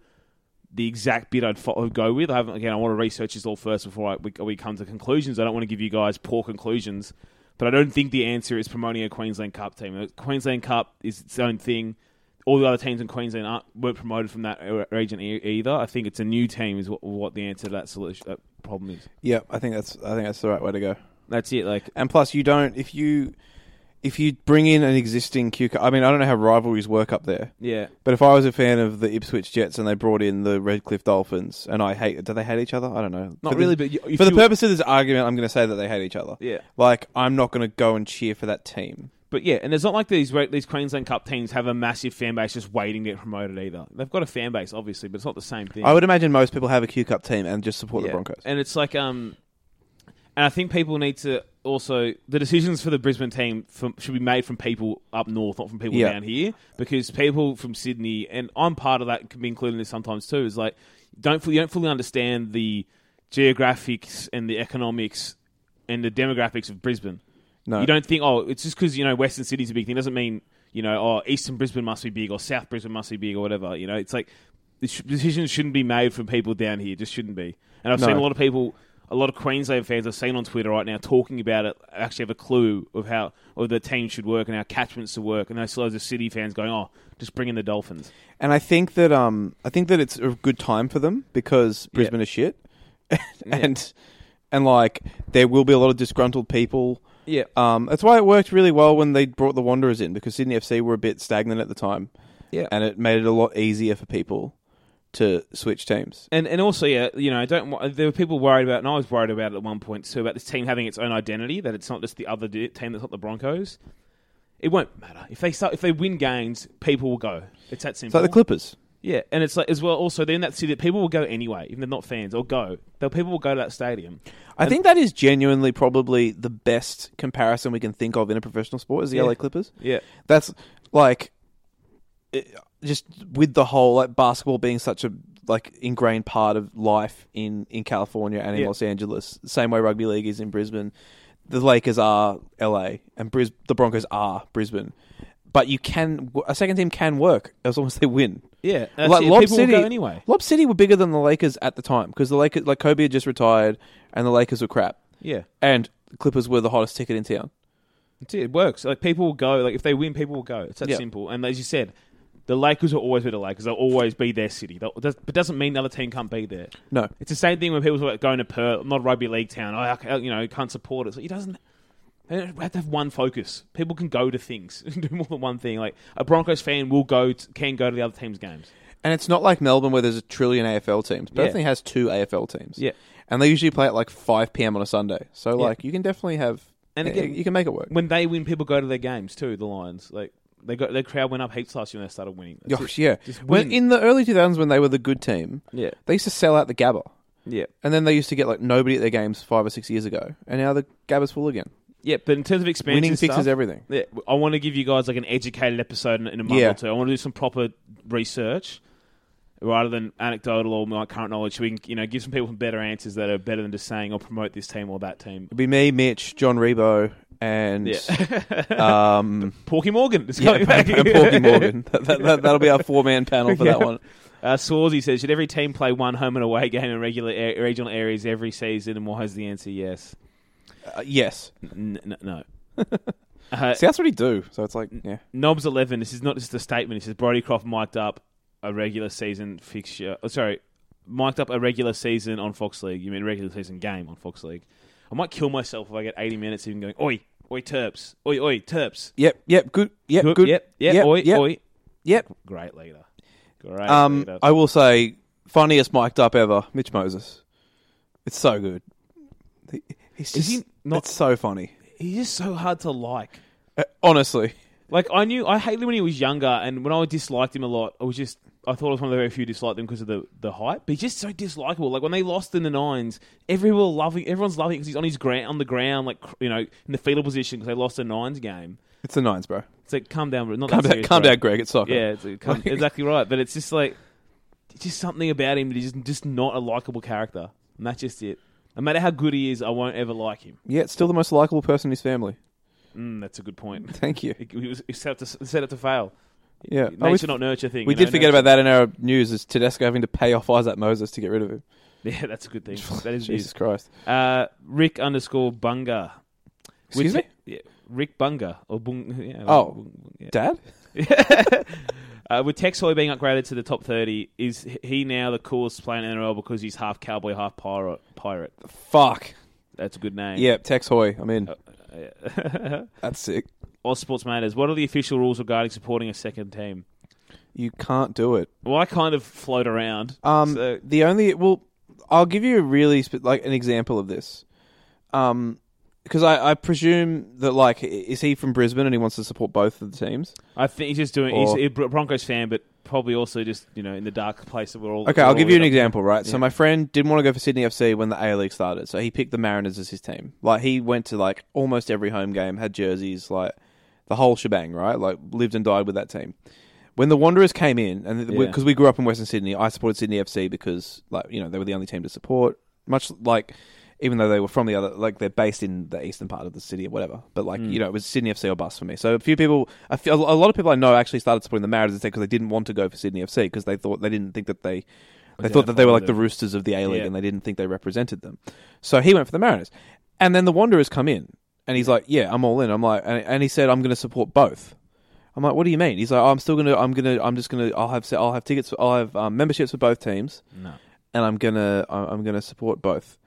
[SPEAKER 3] the exact bit I'd fo- go with. I haven't, again, I want to research this all first before I, we, we come to conclusions. I don't want to give you guys poor conclusions, but I don't think the answer is promoting a Queensland Cup team. The Queensland Cup is its own thing. All the other teams in Queensland aren't, weren't promoted from that e- region e- either. I think it's a new team is what, what the answer to that solution that problem is.
[SPEAKER 2] Yeah, I think that's. I think that's the right way to go.
[SPEAKER 3] That's it. Like
[SPEAKER 2] And plus, you don't if you if you bring in an existing Q Cup. I mean, I don't know how rivalries work up there,
[SPEAKER 3] yeah,
[SPEAKER 2] but if I was a fan of the Ipswich Jets and they brought in the Redcliffe Dolphins, and I hate, do they hate each other? I don't know. For
[SPEAKER 3] not
[SPEAKER 2] the-
[SPEAKER 3] really, but you, if
[SPEAKER 2] for the
[SPEAKER 3] you-
[SPEAKER 2] purpose of this argument, I'm going to say that they hate each other.
[SPEAKER 3] Yeah.
[SPEAKER 2] Like, I'm not going to go and cheer for that team.
[SPEAKER 3] But yeah, and it's not like these these Queensland Cup teams have a massive fan base just waiting to get promoted either. They've got a fan base, obviously, but it's not the same thing.
[SPEAKER 2] I would imagine most people have a Q Cup team and just support the
[SPEAKER 3] Yeah.
[SPEAKER 2] Broncos.
[SPEAKER 3] And it's like, um, and I think people need to also the decisions for the Brisbane team from, should be made from people up north, not from people
[SPEAKER 2] Yeah.
[SPEAKER 3] down here, because people from Sydney and I'm part of that, can be included in this sometimes too. Is like don't fully, you don't fully understand the geographics and the economics and the demographics of Brisbane.
[SPEAKER 2] No.
[SPEAKER 3] You don't think, oh, it's just because you know Western Sydney's a big thing. doesn't mean you know, oh, Eastern Brisbane must be big or South Brisbane must be big or whatever. You know, it's like the sh- decisions shouldn't be made from people down here. It Just shouldn't be. And I've
[SPEAKER 2] No.
[SPEAKER 3] seen a lot of people, a lot of Queensland fans I've seen on Twitter right now talking about it. Actually, have a clue of how or the team should work and how catchments to work. And there's loads of City fans going, oh, just bring in the Dolphins.
[SPEAKER 2] And I think that um, I think that it's a good time for them because Brisbane is shit, and and like there will be a lot of disgruntled people.
[SPEAKER 3] Yeah.
[SPEAKER 2] Um, that's why it worked really well when they brought the Wanderers in because Sydney FC were a bit stagnant at the time.
[SPEAKER 3] Yeah.
[SPEAKER 2] And it made it a lot easier for people to switch teams.
[SPEAKER 3] And and also, yeah, you know, I don't. wa- There were people worried about, and I was worried about it at one point too, about this team having its own identity. That it's not just the other di- team that's not the Broncos. It won't matter if they start if they win games, people will go. It's that
[SPEAKER 2] It's
[SPEAKER 3] simple.
[SPEAKER 2] like the Clippers.
[SPEAKER 3] yeah, and it's like as well. Also, then that city, people will go anyway, even if they're not fans. They'll go. They'll people will go to that stadium.
[SPEAKER 2] I think that is genuinely probably the best comparison we can think of in a professional sport is the
[SPEAKER 3] Yeah.
[SPEAKER 2] LA Clippers.
[SPEAKER 3] Yeah,
[SPEAKER 2] That's like it, just with the whole like basketball being such a like ingrained part of life in in California and in
[SPEAKER 3] Yeah.
[SPEAKER 2] Los Angeles, same way rugby league is in Brisbane. The Lakers are LA and Bris- the Broncos are Brisbane. But you can a second team can work as long as they win.
[SPEAKER 3] yeah. That's
[SPEAKER 2] like
[SPEAKER 3] it.
[SPEAKER 2] Lob
[SPEAKER 3] people
[SPEAKER 2] City,
[SPEAKER 3] will go anyway.
[SPEAKER 2] Lob City were bigger than the Lakers at the time because the Lakers, like Kobe, had just retired, and the Lakers were crap,
[SPEAKER 3] Yeah,
[SPEAKER 2] and the Clippers were the hottest ticket in town.
[SPEAKER 3] That's it. It works. Like people will go. Like if they win, people will go. It's that
[SPEAKER 2] Yeah.
[SPEAKER 3] simple. And as you said, the Lakers will always be the Lakers. They'll always be their city. They'll- does- But doesn't mean the other team can't be there.
[SPEAKER 2] No.
[SPEAKER 3] It's the same thing when people are going to Perth, I'm not a rugby league town. Oh, I can't- you know, can't support it. So it doesn't. They don't have to have one focus. People can go to things, do more than one thing. Like a Broncos fan will go, to, can go to the other team's games.
[SPEAKER 2] And it's not like Melbourne where there's a trillion AFL teams.
[SPEAKER 3] Yeah.
[SPEAKER 2] Perth only has two AFL teams.
[SPEAKER 3] Yeah.
[SPEAKER 2] And they usually play at like 5 p.m. on a Sunday. So, like, you can definitely have.
[SPEAKER 3] And
[SPEAKER 2] And
[SPEAKER 3] again-
[SPEAKER 2] you can make it work.
[SPEAKER 3] When they win, people go to their games too. The Lions, like they got their crowd went up heaps last year when they started winning. That's
[SPEAKER 2] Gosh,
[SPEAKER 3] it.
[SPEAKER 2] yeah.
[SPEAKER 3] Just
[SPEAKER 2] When,
[SPEAKER 3] win.
[SPEAKER 2] in the early 2000s, when they were the good team,
[SPEAKER 3] yeah,
[SPEAKER 2] they used to sell out the Gabba.
[SPEAKER 3] yeah,
[SPEAKER 2] And then they used to get like nobody at their games five or six years ago. And now the Gabba's full again.
[SPEAKER 3] yeah. But in terms of expansion,
[SPEAKER 2] Winning fixes
[SPEAKER 3] stuff,
[SPEAKER 2] everything.
[SPEAKER 3] Yeah, I want to give you guys like an educated episode in, in a month
[SPEAKER 2] Yeah.
[SPEAKER 3] or two. I want to do some proper research rather than anecdotal or my current knowledge. So we can, you know, give some people some better answers that are better than just saying, "I'll promote this team or that team."
[SPEAKER 2] It'd be me, Mitch, John Rebo, and. um,
[SPEAKER 3] Porky Morgan is
[SPEAKER 2] yeah,
[SPEAKER 3] coming back.
[SPEAKER 2] and Porky Morgan. That, that, that, that'll be our four man panel for that
[SPEAKER 3] Yeah.
[SPEAKER 2] one.
[SPEAKER 3] Uh, Swarzy says, "Should every team play one home and away game in regular a- regional areas every season?" And what has the answer? Yes.
[SPEAKER 2] Uh, yes.
[SPEAKER 3] N- n- no. uh,
[SPEAKER 2] See, that's what he do. So it's like, yeah.
[SPEAKER 3] Knobs eleven. This is not just a statement. This is Brody Croft mic'd up a regular season fixture. Oh, sorry, mic'd up a regular season on Fox League. You mean regular season game on Fox League? I might kill myself if I get eighty minutes even going. Oi, oi, Terps. Oi, oi, Terps.
[SPEAKER 2] Yep, yep, good. Yep,
[SPEAKER 3] Good-
[SPEAKER 2] good.
[SPEAKER 3] Yep, yep, Oi,
[SPEAKER 2] yep,
[SPEAKER 3] oi.
[SPEAKER 2] Yep.
[SPEAKER 3] Great leader. Great
[SPEAKER 2] Um,
[SPEAKER 3] leader.
[SPEAKER 2] I will say, funniest mic'd up ever, Mitch Moses. It's so good. He- He's
[SPEAKER 3] Is
[SPEAKER 2] just,
[SPEAKER 3] he not-
[SPEAKER 2] it's so funny.
[SPEAKER 3] He's just so hard to like.
[SPEAKER 2] Uh, honestly.
[SPEAKER 3] Like I knew I hated him when he was younger, and when I disliked him a lot, I was just I thought I was one of the very few who disliked him because of the the hype. But he's just so dislikable. Like when they lost in the nines, everyone were loving everyone's loving because he's on his ground on the ground, like cr- you know, in the fetal position because they lost a nines game.
[SPEAKER 2] It's the nines, bro.
[SPEAKER 3] It's like calm down, bro. not
[SPEAKER 2] Calm
[SPEAKER 3] that
[SPEAKER 2] down,
[SPEAKER 3] serious,
[SPEAKER 2] calm
[SPEAKER 3] bro.
[SPEAKER 2] down, Greg. It's soccer.
[SPEAKER 3] Yeah, it's like, calm, exactly right. But it's just like it's just something about him that he's just not a likable character, and that's just it. No matter how good he is, I won't ever like him.
[SPEAKER 2] Yeah, it's still the most likable person in his family.
[SPEAKER 3] Mm, that's a good point.
[SPEAKER 2] Thank you.
[SPEAKER 3] He he was he set up to set up to fail.
[SPEAKER 2] Yeah.
[SPEAKER 3] nature
[SPEAKER 2] Oh, we
[SPEAKER 3] not nurture thing.
[SPEAKER 2] we
[SPEAKER 3] you
[SPEAKER 2] did
[SPEAKER 3] know,
[SPEAKER 2] forget
[SPEAKER 3] nurture-
[SPEAKER 2] about that in our news is Tedesco having to pay off Isaac Moses to get rid of him.
[SPEAKER 3] Yeah, that's a good thing. That is
[SPEAKER 2] Jesus
[SPEAKER 3] news.
[SPEAKER 2] Christ.
[SPEAKER 3] Uh, Rick underscore Bunga.
[SPEAKER 2] Excuse
[SPEAKER 3] With-
[SPEAKER 2] me?
[SPEAKER 3] Yeah, Rick Bunga or Bung. Yeah,
[SPEAKER 2] Oh.
[SPEAKER 3] Bung- yeah.
[SPEAKER 2] Dad?
[SPEAKER 3] Uh, with Tex Hoy being upgraded to the top thirty, is he now the coolest player in the NRL because he's half cowboy, half pirate? Pirate.
[SPEAKER 2] Fuck.
[SPEAKER 3] That's a good name.
[SPEAKER 2] Yeah, Tex Hoy. I'm in.
[SPEAKER 3] Oh, uh, Yeah.
[SPEAKER 2] That's sick.
[SPEAKER 3] Or Sports Matters. What are the official rules regarding supporting a second team?
[SPEAKER 2] You can't do it.
[SPEAKER 3] Well, I kind of float around.
[SPEAKER 2] Um,
[SPEAKER 3] So-
[SPEAKER 2] the only well, I'll give you a really sp- like an example of this, um, because I, I presume that like i- is he from Brisbane and he wants to support both of the teams.
[SPEAKER 3] I think he's just doing.
[SPEAKER 2] Or-
[SPEAKER 3] he's a Bro- Broncos fan, but probably also just you know in the dark place that we're all.
[SPEAKER 2] Okay,
[SPEAKER 3] we're
[SPEAKER 2] I'll
[SPEAKER 3] all
[SPEAKER 2] give you
[SPEAKER 3] in.
[SPEAKER 2] an example, right? So my friend didn't want to go for Sydney FC when the A League started, so he picked the Mariners as his team. Like he went to like almost every home game, had jerseys, like the whole shebang, right? Like lived and died with that team. When the Wanderers came in, and
[SPEAKER 3] Yeah.
[SPEAKER 2] because we grew up in Western Sydney, I supported Sydney FC because like you know they were the only team to support. Much like, even though they were from the other, like they're based in the eastern part of the city or whatever. But like you know, it was Sydney FC or bus for me. So a few people, a, few, a lot of people I know actually started supporting the Mariners instead because they didn't want to go for Sydney FC because they thought they didn't think that they they thought that they were like the Roosters of the A League,
[SPEAKER 3] Yeah.
[SPEAKER 2] and they didn't think they represented them. So he went for the Mariners, and then the Wanderers come in, and he's like, "Yeah, I'm all in." I'm like, and, and he said, "I'm going to support both." I'm like, "What do you mean?" He's like, oh, "I'm still going to, I'm going to, I'm just going to, I'll have, I'll have tickets, I'll have um, memberships for both teams,
[SPEAKER 3] No.
[SPEAKER 2] and I'm gonna, I- I'm going to support both."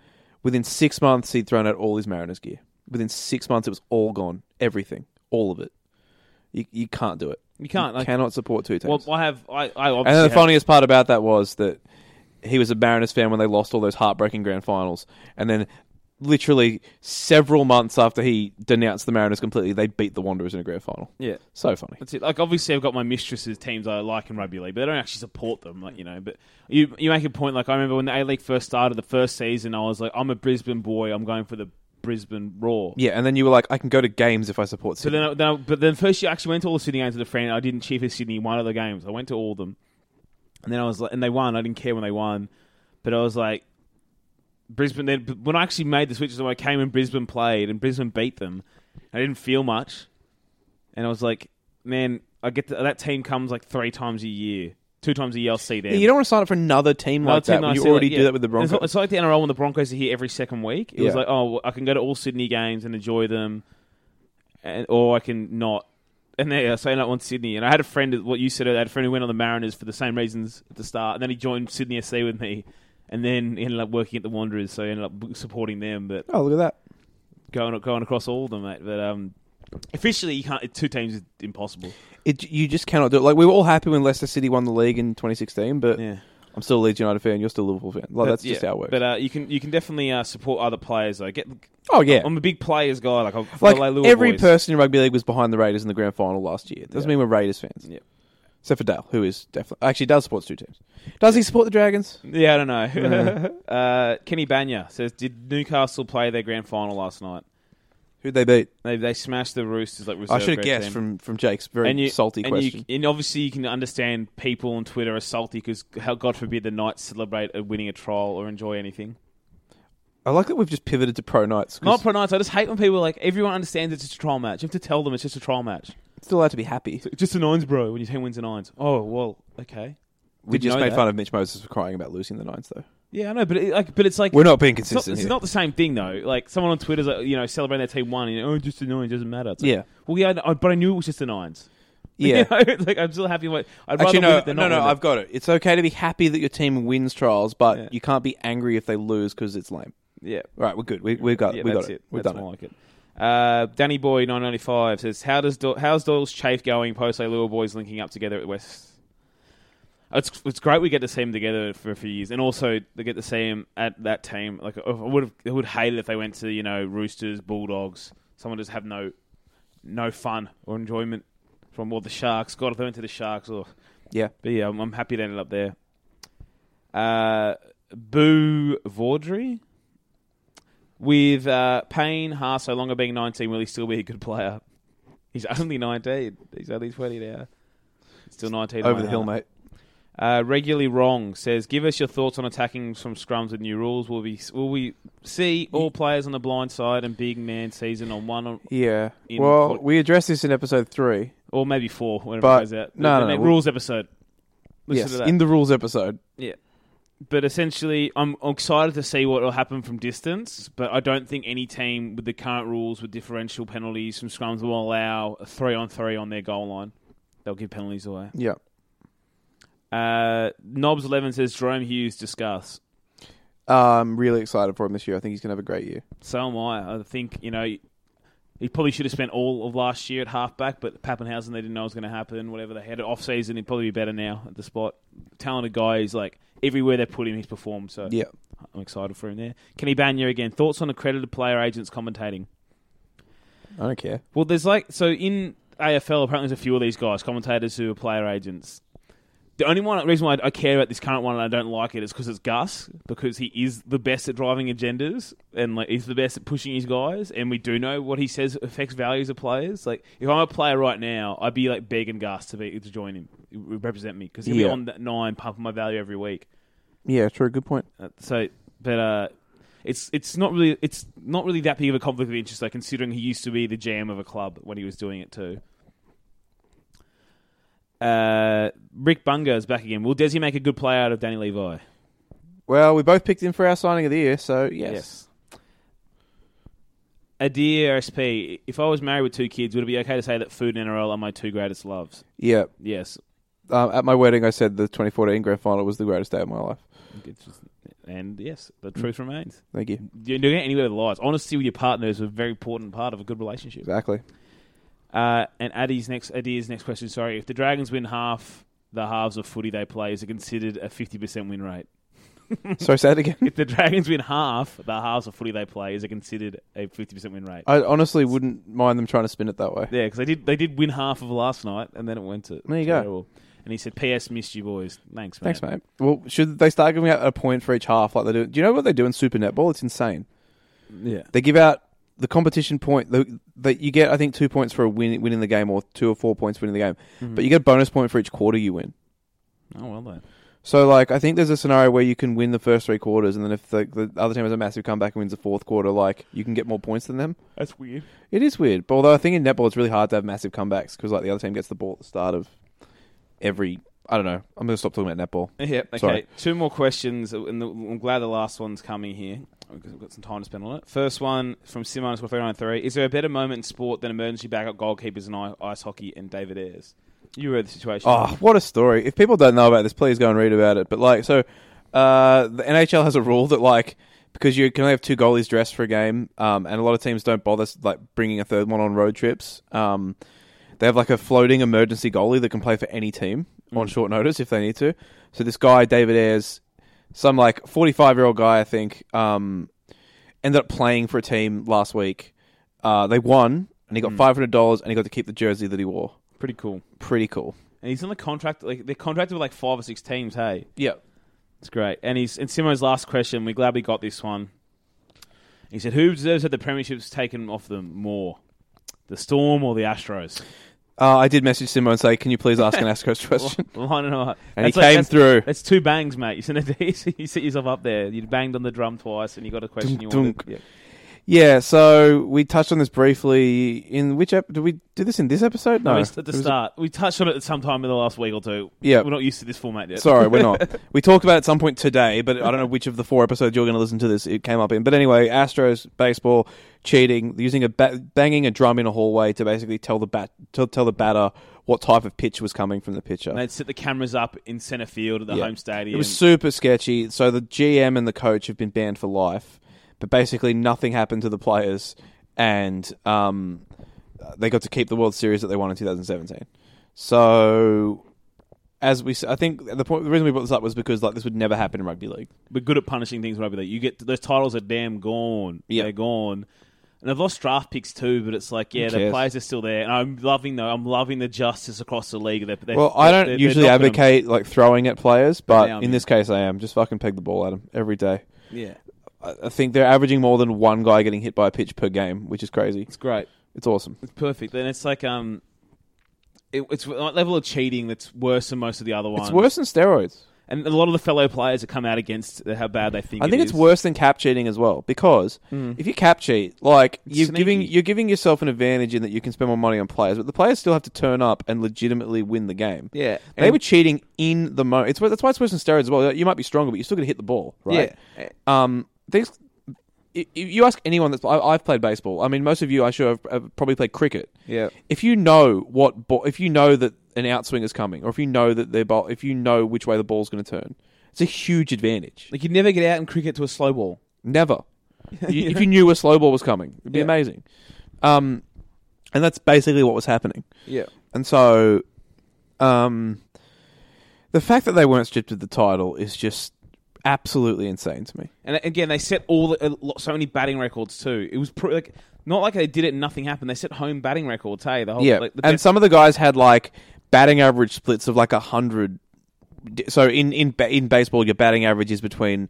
[SPEAKER 2] Within six months, he'd thrown out all his Mariners gear. Within six months, it was all gone, everything, all of it. You, you can't do it.
[SPEAKER 3] You can't. like,
[SPEAKER 2] cannot support two teams.
[SPEAKER 3] Well, I have. I, I obviously.
[SPEAKER 2] And then the
[SPEAKER 3] have-
[SPEAKER 2] funniest part about that was that he was a Mariners fan when they lost all those heartbreaking grand finals. And then literally several months after he denounced the Mariners completely, they beat the Wanderers in a grand final.
[SPEAKER 3] Yeah.
[SPEAKER 2] So funny.
[SPEAKER 3] That's it. Like, obviously, I've got my mistress's teams I like in rugby league, but I don't actually support them. Like, you know, but you you make a point. Like, I remember when the A League first started, the first season, I was like, I'm a Brisbane boy. I'm going for the Brisbane Raw.
[SPEAKER 2] Yeah, and then you were like, I can go to games if I support
[SPEAKER 3] So
[SPEAKER 2] Sydney.
[SPEAKER 3] then, I, then I, but then first year, I actually went to all the Sydney games with a friend. I didn't cheer for Sydney one of the games. I went to all of them, and then I was like, and they won. I didn't care when they won, but I was like, Brisbane. Then but when I actually made the switches, when I came and Brisbane played and Brisbane beat them, I didn't feel much, and I was like, man, I get to, that team comes like three times a year, two times a year. I'll see them.
[SPEAKER 2] you don't want to sign up for another team like
[SPEAKER 3] Another
[SPEAKER 2] that
[SPEAKER 3] team
[SPEAKER 2] when
[SPEAKER 3] I
[SPEAKER 2] you
[SPEAKER 3] see, like,
[SPEAKER 2] already
[SPEAKER 3] yeah.
[SPEAKER 2] do that with the
[SPEAKER 3] And it's not-
[SPEAKER 2] Broncos.
[SPEAKER 3] It's, like the NRL when the Broncos are here every second week. It was
[SPEAKER 2] Yeah.
[SPEAKER 3] like, oh, well, I can go to all Sydney games and enjoy them, and, or I can not. and they are saying that on Sydney. And I had a friend, what you said, I had a friend who went on the Mariners for the same reasons at the start, and then he joined Sydney SC with me, and then he ended up working at the Wanderers, so he ended up supporting them. But
[SPEAKER 2] Oh, look at that.
[SPEAKER 3] going going across all of them, mate. But um, officially, you can't. Two teams is impossible.
[SPEAKER 2] It, you just cannot do it. Like, we were all happy when Leicester City won the league in 2016, but
[SPEAKER 3] Yeah.
[SPEAKER 2] I'm still a Leeds United fan. You're still a Liverpool fan. Like, that's just
[SPEAKER 3] yeah.
[SPEAKER 2] how it works.
[SPEAKER 3] But uh, you can you can definitely uh, support other players. Though. Get
[SPEAKER 2] oh, yeah.
[SPEAKER 3] I'm a big players guy. Like, I'm
[SPEAKER 2] like,
[SPEAKER 3] like
[SPEAKER 2] every
[SPEAKER 3] boys.
[SPEAKER 2] person in rugby league was behind the Raiders in the grand final last year. Doesn't
[SPEAKER 3] Yeah.
[SPEAKER 2] mean we're Raiders fans.
[SPEAKER 3] Yeah.
[SPEAKER 2] Except for Dale, who is definitely... Actually, Dale supports two teams. Does he support the Dragons?
[SPEAKER 3] Yeah, I don't know. uh, Kenny Banya says, "Did Newcastle play their grand final last night?
[SPEAKER 2] Who'd they beat?
[SPEAKER 3] They they smashed the Roosters like reserve
[SPEAKER 2] I should have
[SPEAKER 3] grade
[SPEAKER 2] guessed
[SPEAKER 3] team.
[SPEAKER 2] from, from Jake's very salty
[SPEAKER 3] and
[SPEAKER 2] question.
[SPEAKER 3] You, and obviously, you can understand people on Twitter are salty because how God forbid the Knights celebrate a winning a trial or enjoy anything.
[SPEAKER 2] I like that we've just pivoted to pro nights. 'cause
[SPEAKER 3] Not pro Knights. I just hate when people are like everyone understands it's just a trial match. You have to tell them it's just a trial match.
[SPEAKER 2] it's still allowed to be happy.
[SPEAKER 3] It's just a nines, bro. When your team wins a nines. Oh well, okay.
[SPEAKER 2] We
[SPEAKER 3] Did you
[SPEAKER 2] just
[SPEAKER 3] know
[SPEAKER 2] made
[SPEAKER 3] that?
[SPEAKER 2] fun of Mitch Moses for crying about losing the nines, though.
[SPEAKER 3] Yeah, I know, but it, like, but it's like
[SPEAKER 2] We're not being
[SPEAKER 3] It's not,
[SPEAKER 2] consistent
[SPEAKER 3] it's
[SPEAKER 2] here.
[SPEAKER 3] not the same thing though. Like someone on Twitter's, like, you know, celebrating their team won. And, oh, just annoying. Doesn't matter. It's like,
[SPEAKER 2] Yeah.
[SPEAKER 3] Well, yeah, I- but I knew it was just the nines.
[SPEAKER 2] yeah.
[SPEAKER 3] You know, like I'm still happy. With, I'd
[SPEAKER 2] Actually,
[SPEAKER 3] rather win
[SPEAKER 2] no,
[SPEAKER 3] it
[SPEAKER 2] no,
[SPEAKER 3] than
[SPEAKER 2] no.
[SPEAKER 3] not win it.
[SPEAKER 2] I've got it. It's okay to be happy that your team wins trials, but
[SPEAKER 3] Yeah.
[SPEAKER 2] you can't be angry if they lose because it's lame.
[SPEAKER 3] Yeah.
[SPEAKER 2] Right, we're good. We we got
[SPEAKER 3] yeah,
[SPEAKER 2] we
[SPEAKER 3] that's
[SPEAKER 2] got it. We've
[SPEAKER 3] that's
[SPEAKER 2] done
[SPEAKER 3] more
[SPEAKER 2] it.
[SPEAKER 3] like it. Uh, Danny Boy nine ninety five says, "How does Do- how's Doyle's chafe going post Lure boys linking up together at West? It's it's great we get to see them together for a few years, and also they get to see him at that team. Like I would have, I would hate it if they went to you know Roosters, Bulldogs. Someone just have no no fun or enjoyment from all the Sharks. God, if they went to the Sharks, oh, or
[SPEAKER 2] Yeah.
[SPEAKER 3] but yeah, I'm, I'm happy they ended up there. Uh, Boo Vaudry with uh, Payne Haas so longer being 19, will he still be a good player? He's only 19. He's only 20 now. Still 19.
[SPEAKER 2] Over the
[SPEAKER 3] my
[SPEAKER 2] hill,
[SPEAKER 3] heart.
[SPEAKER 2] mate.
[SPEAKER 3] Uh, regularly wrong says, give us your thoughts on attacking from scrums with new rules. Will we will we see all players on the blind side and big man season on one or,
[SPEAKER 2] Yeah.
[SPEAKER 3] In
[SPEAKER 2] Well,
[SPEAKER 3] foot-
[SPEAKER 2] we addressed this in episode three.
[SPEAKER 3] or maybe four whenever
[SPEAKER 2] But-
[SPEAKER 3] it goes out?
[SPEAKER 2] no,
[SPEAKER 3] The-
[SPEAKER 2] no,
[SPEAKER 3] the
[SPEAKER 2] no,
[SPEAKER 3] rules episode. Listen
[SPEAKER 2] yes,
[SPEAKER 3] to that.
[SPEAKER 2] in the rules episode.
[SPEAKER 3] but essentially, I'm I'm excited to see what will happen from distance. But I don't think any team with the current rules with differential penalties from scrums will allow a three on three on their goal line. They'll give penalties away.
[SPEAKER 2] Yeah.
[SPEAKER 3] Uh, Knobs eleven says Jerome Hughes discuss.
[SPEAKER 2] I'm really excited for him this year. I think he's gonna have a great year.
[SPEAKER 3] So am I. I think you know he probably should have spent all of last year at halfback, but Pappenhausen they didn't know it was going to happen. Whatever they had it off season, he'd probably be better now at the spot. Talented guy. He's like everywhere they put him, he's performed. So
[SPEAKER 2] Yeah.
[SPEAKER 3] I'm excited for him there. Kenny Banya again. Thoughts on accredited player agents commentating?
[SPEAKER 2] I don't care.
[SPEAKER 3] Well, there's like so in AFL. Apparently, there's a few of these guys, commentators who are player agents. The only one reason why I care about this current one and I don't like it is because it's Gus because he is the best at driving agendas and like he's the best at pushing his guys and we do know what he says affects values of players. Like if I'm a player right now, I'd be like begging Gus to be to join him, represent me because he'll
[SPEAKER 2] Yeah.
[SPEAKER 3] be on that nine pumping my value every week.
[SPEAKER 2] Yeah, true. Good point.
[SPEAKER 3] Uh, so, but uh, it's it's not really it's not really that big of a conflict of interest, though, considering he used to be the GM of a club when he was doing it too. Uh, Rick Bunga is back again. Will Desi make a good play out of Danny Levi?
[SPEAKER 2] Well, we both picked him for our signing of the year, so yes.
[SPEAKER 3] Adir SP, if I was married with two kids, would it be okay to say that food and NRL are my two greatest loves?
[SPEAKER 2] Yeah.
[SPEAKER 3] Yes.
[SPEAKER 2] Um, at my wedding, I said the 2014 grand final was the greatest day of my life.
[SPEAKER 3] It's just- and yes, the truth remains.
[SPEAKER 2] Thank you.
[SPEAKER 3] You're not getting anywhere with lies. Honesty with your partner is a very important part of a good relationship.
[SPEAKER 2] Exactly.
[SPEAKER 3] Uh, and Addy's next Addy's next question. Sorry, if the Dragons win half the halves of footy they play, is it considered a fifty percent win rate?
[SPEAKER 2] Sorry, say that again.
[SPEAKER 3] If the Dragons win half the halves of footy they play, is it considered a fifty percent win rate?
[SPEAKER 2] I honestly wouldn't mind them trying to spin it that way.
[SPEAKER 3] Yeah, because they did they did win half of last night, and then it went to
[SPEAKER 2] There you go.
[SPEAKER 3] terrible. And he said, "P.S. Missed you boys. Thanks, man.
[SPEAKER 2] Thanks, mate. Well, should they start giving out a point for each half like they do? Do you know what they do in Super Netball? It's insane.
[SPEAKER 3] Yeah,
[SPEAKER 2] They give out the competition point the- that you get. I think two points for a win winning the game, or two or four points for winning the game. But you get a bonus point for each quarter you win.
[SPEAKER 3] oh well then.
[SPEAKER 2] So, like, I think there's a scenario where you can win the first three quarters, and then if the, the other team has a massive comeback and wins the fourth quarter, like, you can get more points than them.
[SPEAKER 3] That's weird.
[SPEAKER 2] It is weird, but although I think in netball it's really hard to have massive comebacks because like the other team gets the ball at the start of every. I don't know. I'm going to stop talking about netball.
[SPEAKER 3] Yep. Okay.
[SPEAKER 2] Sorry.
[SPEAKER 3] uh, Two more questions, and the, I'm glad the last one's coming here. We've got- we've got some time to spend on it. First one from Sim underscore 393. Is there a better moment in sport than emergency backup goalkeepers in i- ice hockey and David Ayres? You read the situation.
[SPEAKER 2] Oh, what a story! If people don't know about this, please go and read about it. But like, so uh, the NHL has a rule that like because you can only have two goalies dressed for a game, um, and a lot of teams don't bother like bringing a third one on road trips. Um, they have like a floating emergency goalie that can play for any team on short notice if they need to. So this guy David Ayres, some like forty-five year old guy, I think, um, ended up playing for a team last week. Uh, they won, and he got five hundred dollars, and he got to keep the jersey that he wore.
[SPEAKER 3] Pretty cool.
[SPEAKER 2] Pretty cool.
[SPEAKER 3] And he's on the contract. Like They're contracted with like five or six teams, hey?
[SPEAKER 2] Yeah.
[SPEAKER 3] It's great. And he's and Simo's last question. We're glad we got this one. He said, "Who deserves that the premiership's taken off them more, the Storm or the Astros?"
[SPEAKER 2] Uh, I did message Simo and say, "Can you please ask an Astros question?"
[SPEAKER 3] Line and all.
[SPEAKER 2] And he came
[SPEAKER 3] that's,
[SPEAKER 2] through.
[SPEAKER 3] That's two bangs, mate. You sent a, you set yourself up there. You banged on the drum twice, and you got a question
[SPEAKER 2] Dunk,
[SPEAKER 3] you wanted.
[SPEAKER 2] dunk.
[SPEAKER 3] Yeah.
[SPEAKER 2] Yeah, so we touched on this briefly in which ep- did we do this in this episode? No,
[SPEAKER 3] No, at
[SPEAKER 2] It
[SPEAKER 3] the
[SPEAKER 2] was-
[SPEAKER 3] start, we touched on it at some time in the last week or two.
[SPEAKER 2] Yeah.
[SPEAKER 3] we're not used to this format yet.
[SPEAKER 2] Sorry, we're not. We talked about it at some point today, but I don't know which of the four episodes you're going to listen to this it came up in. But anyway, Astros baseball cheating, using a ba- banging a drum in a hallway to basically tell the bat to tell the batter what type of pitch was coming from the pitcher.
[SPEAKER 3] And they'd set the cameras up in centre field at the
[SPEAKER 2] Yeah.
[SPEAKER 3] home stadium.
[SPEAKER 2] It was super sketchy. So the GM and the coach have been banned for life, but basically nothing happened to the players, and um, they got to keep the World Series that they won in 2017. So as we, s- I think the point, the reason we brought this up was because like this would never happen in rugby league.
[SPEAKER 3] we're good at punishing things rugby league. You get those titles are damn gone.
[SPEAKER 2] Yeah.
[SPEAKER 3] They're gone. And they've lost draft picks too, but it's like, yeah,
[SPEAKER 2] Who
[SPEAKER 3] the
[SPEAKER 2] cares?
[SPEAKER 3] players are still there. And I'm loving though. I'm loving the justice across the league. They're, they're,
[SPEAKER 2] Well, I
[SPEAKER 3] they're-
[SPEAKER 2] don't
[SPEAKER 3] they're
[SPEAKER 2] usually
[SPEAKER 3] knocking
[SPEAKER 2] advocate like throwing at players,
[SPEAKER 3] now I'm
[SPEAKER 2] but in
[SPEAKER 3] in.
[SPEAKER 2] this case, I am. Just fucking peg the ball at them every day.
[SPEAKER 3] them. Yeah,
[SPEAKER 2] I I think they're averaging more than one guy getting hit by a pitch per game, which is crazy.
[SPEAKER 3] it's great.
[SPEAKER 2] It's awesome.
[SPEAKER 3] It's perfect. And it's like um, it, it's a level of cheating that's worse than most of the other ones.
[SPEAKER 2] It's worse than steroids.
[SPEAKER 3] And a lot of the fellow players have come out against how bad they think.
[SPEAKER 2] I think
[SPEAKER 3] it
[SPEAKER 2] it's
[SPEAKER 3] is. Mm.
[SPEAKER 2] worse than cap cheating as well because if you cap cheat, like you're
[SPEAKER 3] sneaky.
[SPEAKER 2] giving you're giving yourself an advantage in that you can spend more money on players, but the players still have to turn up and legitimately win the game.
[SPEAKER 3] Yeah,
[SPEAKER 2] they
[SPEAKER 3] and-
[SPEAKER 2] were cheating in the moment. It's wor- that's why it's worse than steroids as well. You might be stronger, but you're still going to hit the ball, right?
[SPEAKER 3] Yeah.
[SPEAKER 2] Um, these. i- If you ask anyone that's I- I've played baseball. I mean, most of you I sure have, have probably played cricket.
[SPEAKER 3] Yeah.
[SPEAKER 2] If you know what ball, if you know that an outswing is coming, or if you know that their ball, if you know which way the ball's going to turn, it's a huge advantage.
[SPEAKER 3] Like you never get out in cricket to a slow ball.
[SPEAKER 2] Never. You- if you knew a slow ball was coming, it'd be
[SPEAKER 3] Yeah.
[SPEAKER 2] amazing. Um, and that's basically what was happening.
[SPEAKER 3] Yeah.
[SPEAKER 2] And so, um, the fact that they weren't stripped of the title is just absolutely insane to me.
[SPEAKER 3] And again, they set all the, a lot, so many batting records too. It was pr- like not like they did it and nothing happened. They set home batting records. Hey, the whole
[SPEAKER 2] yeah.
[SPEAKER 3] like, the
[SPEAKER 2] and
[SPEAKER 3] best-
[SPEAKER 2] some of the guys had like batting average splits of like a hundred. So in in ba- in baseball, your batting average is between.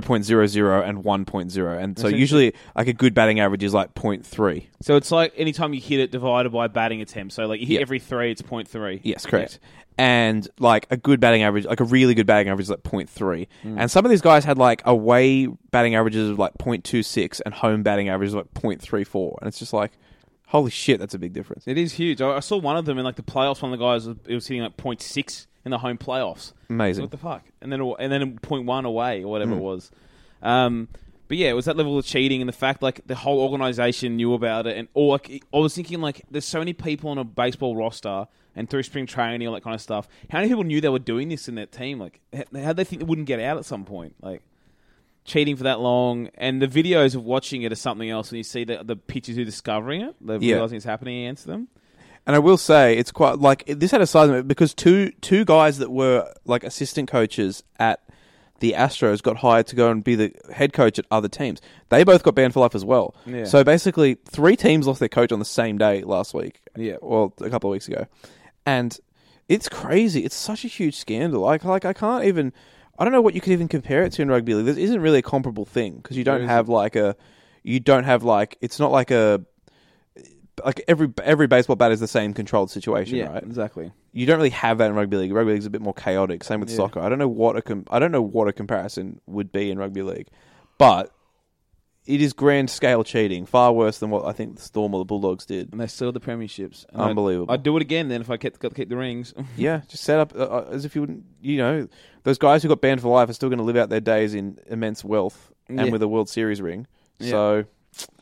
[SPEAKER 2] 0.00 and 1.0 and so usually like a good batting average is like 0.3
[SPEAKER 3] so it's like anytime you hit it divided by batting attempts. So like you hit
[SPEAKER 2] Yeah.
[SPEAKER 3] every three, it's point three.
[SPEAKER 2] Yes, correct. And like a good batting average, like a really good batting average is like 0.3. And some of these guys had like away batting averages of like 0.26 and home batting averages of like 0.34. And it's just like, holy shit, that's a big difference.
[SPEAKER 3] It is huge. I, I saw one of them in like the playoffs. One of the guys was- it was hitting like point six in the home playoffs.
[SPEAKER 2] Amazing. Hmm.
[SPEAKER 3] What the fuck? And then and then point one away or whatever it was. Um, but yeah, it was that level of cheating and the fact like the whole organization knew about it. And or like I was thinking like there's so many people on a baseball roster and through spring training all that kind of stuff. How many people knew they were doing this in their team? Like how would they think they wouldn't get out at some point? Like cheating for that long and the videos of watching it are something else when you see the, the pitchers who are discovering it they're
[SPEAKER 2] Yeah.
[SPEAKER 3] realizing it's happening against them
[SPEAKER 2] And I will say, it's quite like it- this had a side note because two two guys that were like assistant coaches at the Astros got hired to go and be the head coach at other teams. They both got banned for life as well.
[SPEAKER 3] Yeah.
[SPEAKER 2] So basically, three teams lost their coach on the same day last week.
[SPEAKER 3] Yeah.
[SPEAKER 2] well, a couple of weeks ago, and it's crazy. It's such a huge scandal. Like, like I can't even. I don't know what you could even compare it to in rugby league. This isn't really a comparable thing because you don't have like a, you don't have like it's not like a like every every baseball bat is the same controlled situation, right?
[SPEAKER 3] exactly
[SPEAKER 2] You don't really have that in rugby league. Rugby league's a bit more chaotic. Same with
[SPEAKER 3] Yeah.
[SPEAKER 2] soccer. I don't know what a com- I don't know what a comparison would be in rugby league, but it is grand scale cheating, far worse than what I think the Storm or the Bulldogs did.
[SPEAKER 3] and they still the premierships. And I'd-
[SPEAKER 2] Unbelievable.
[SPEAKER 3] I'd, do it again then if I kept kept the rings.
[SPEAKER 2] Yeah, just set up uh, uh, as if you wouldn't. You know, those guys who got banned for life are still going to live out their days in immense wealth and
[SPEAKER 3] Yeah.
[SPEAKER 2] with a World Series ring.
[SPEAKER 3] Yeah.
[SPEAKER 2] So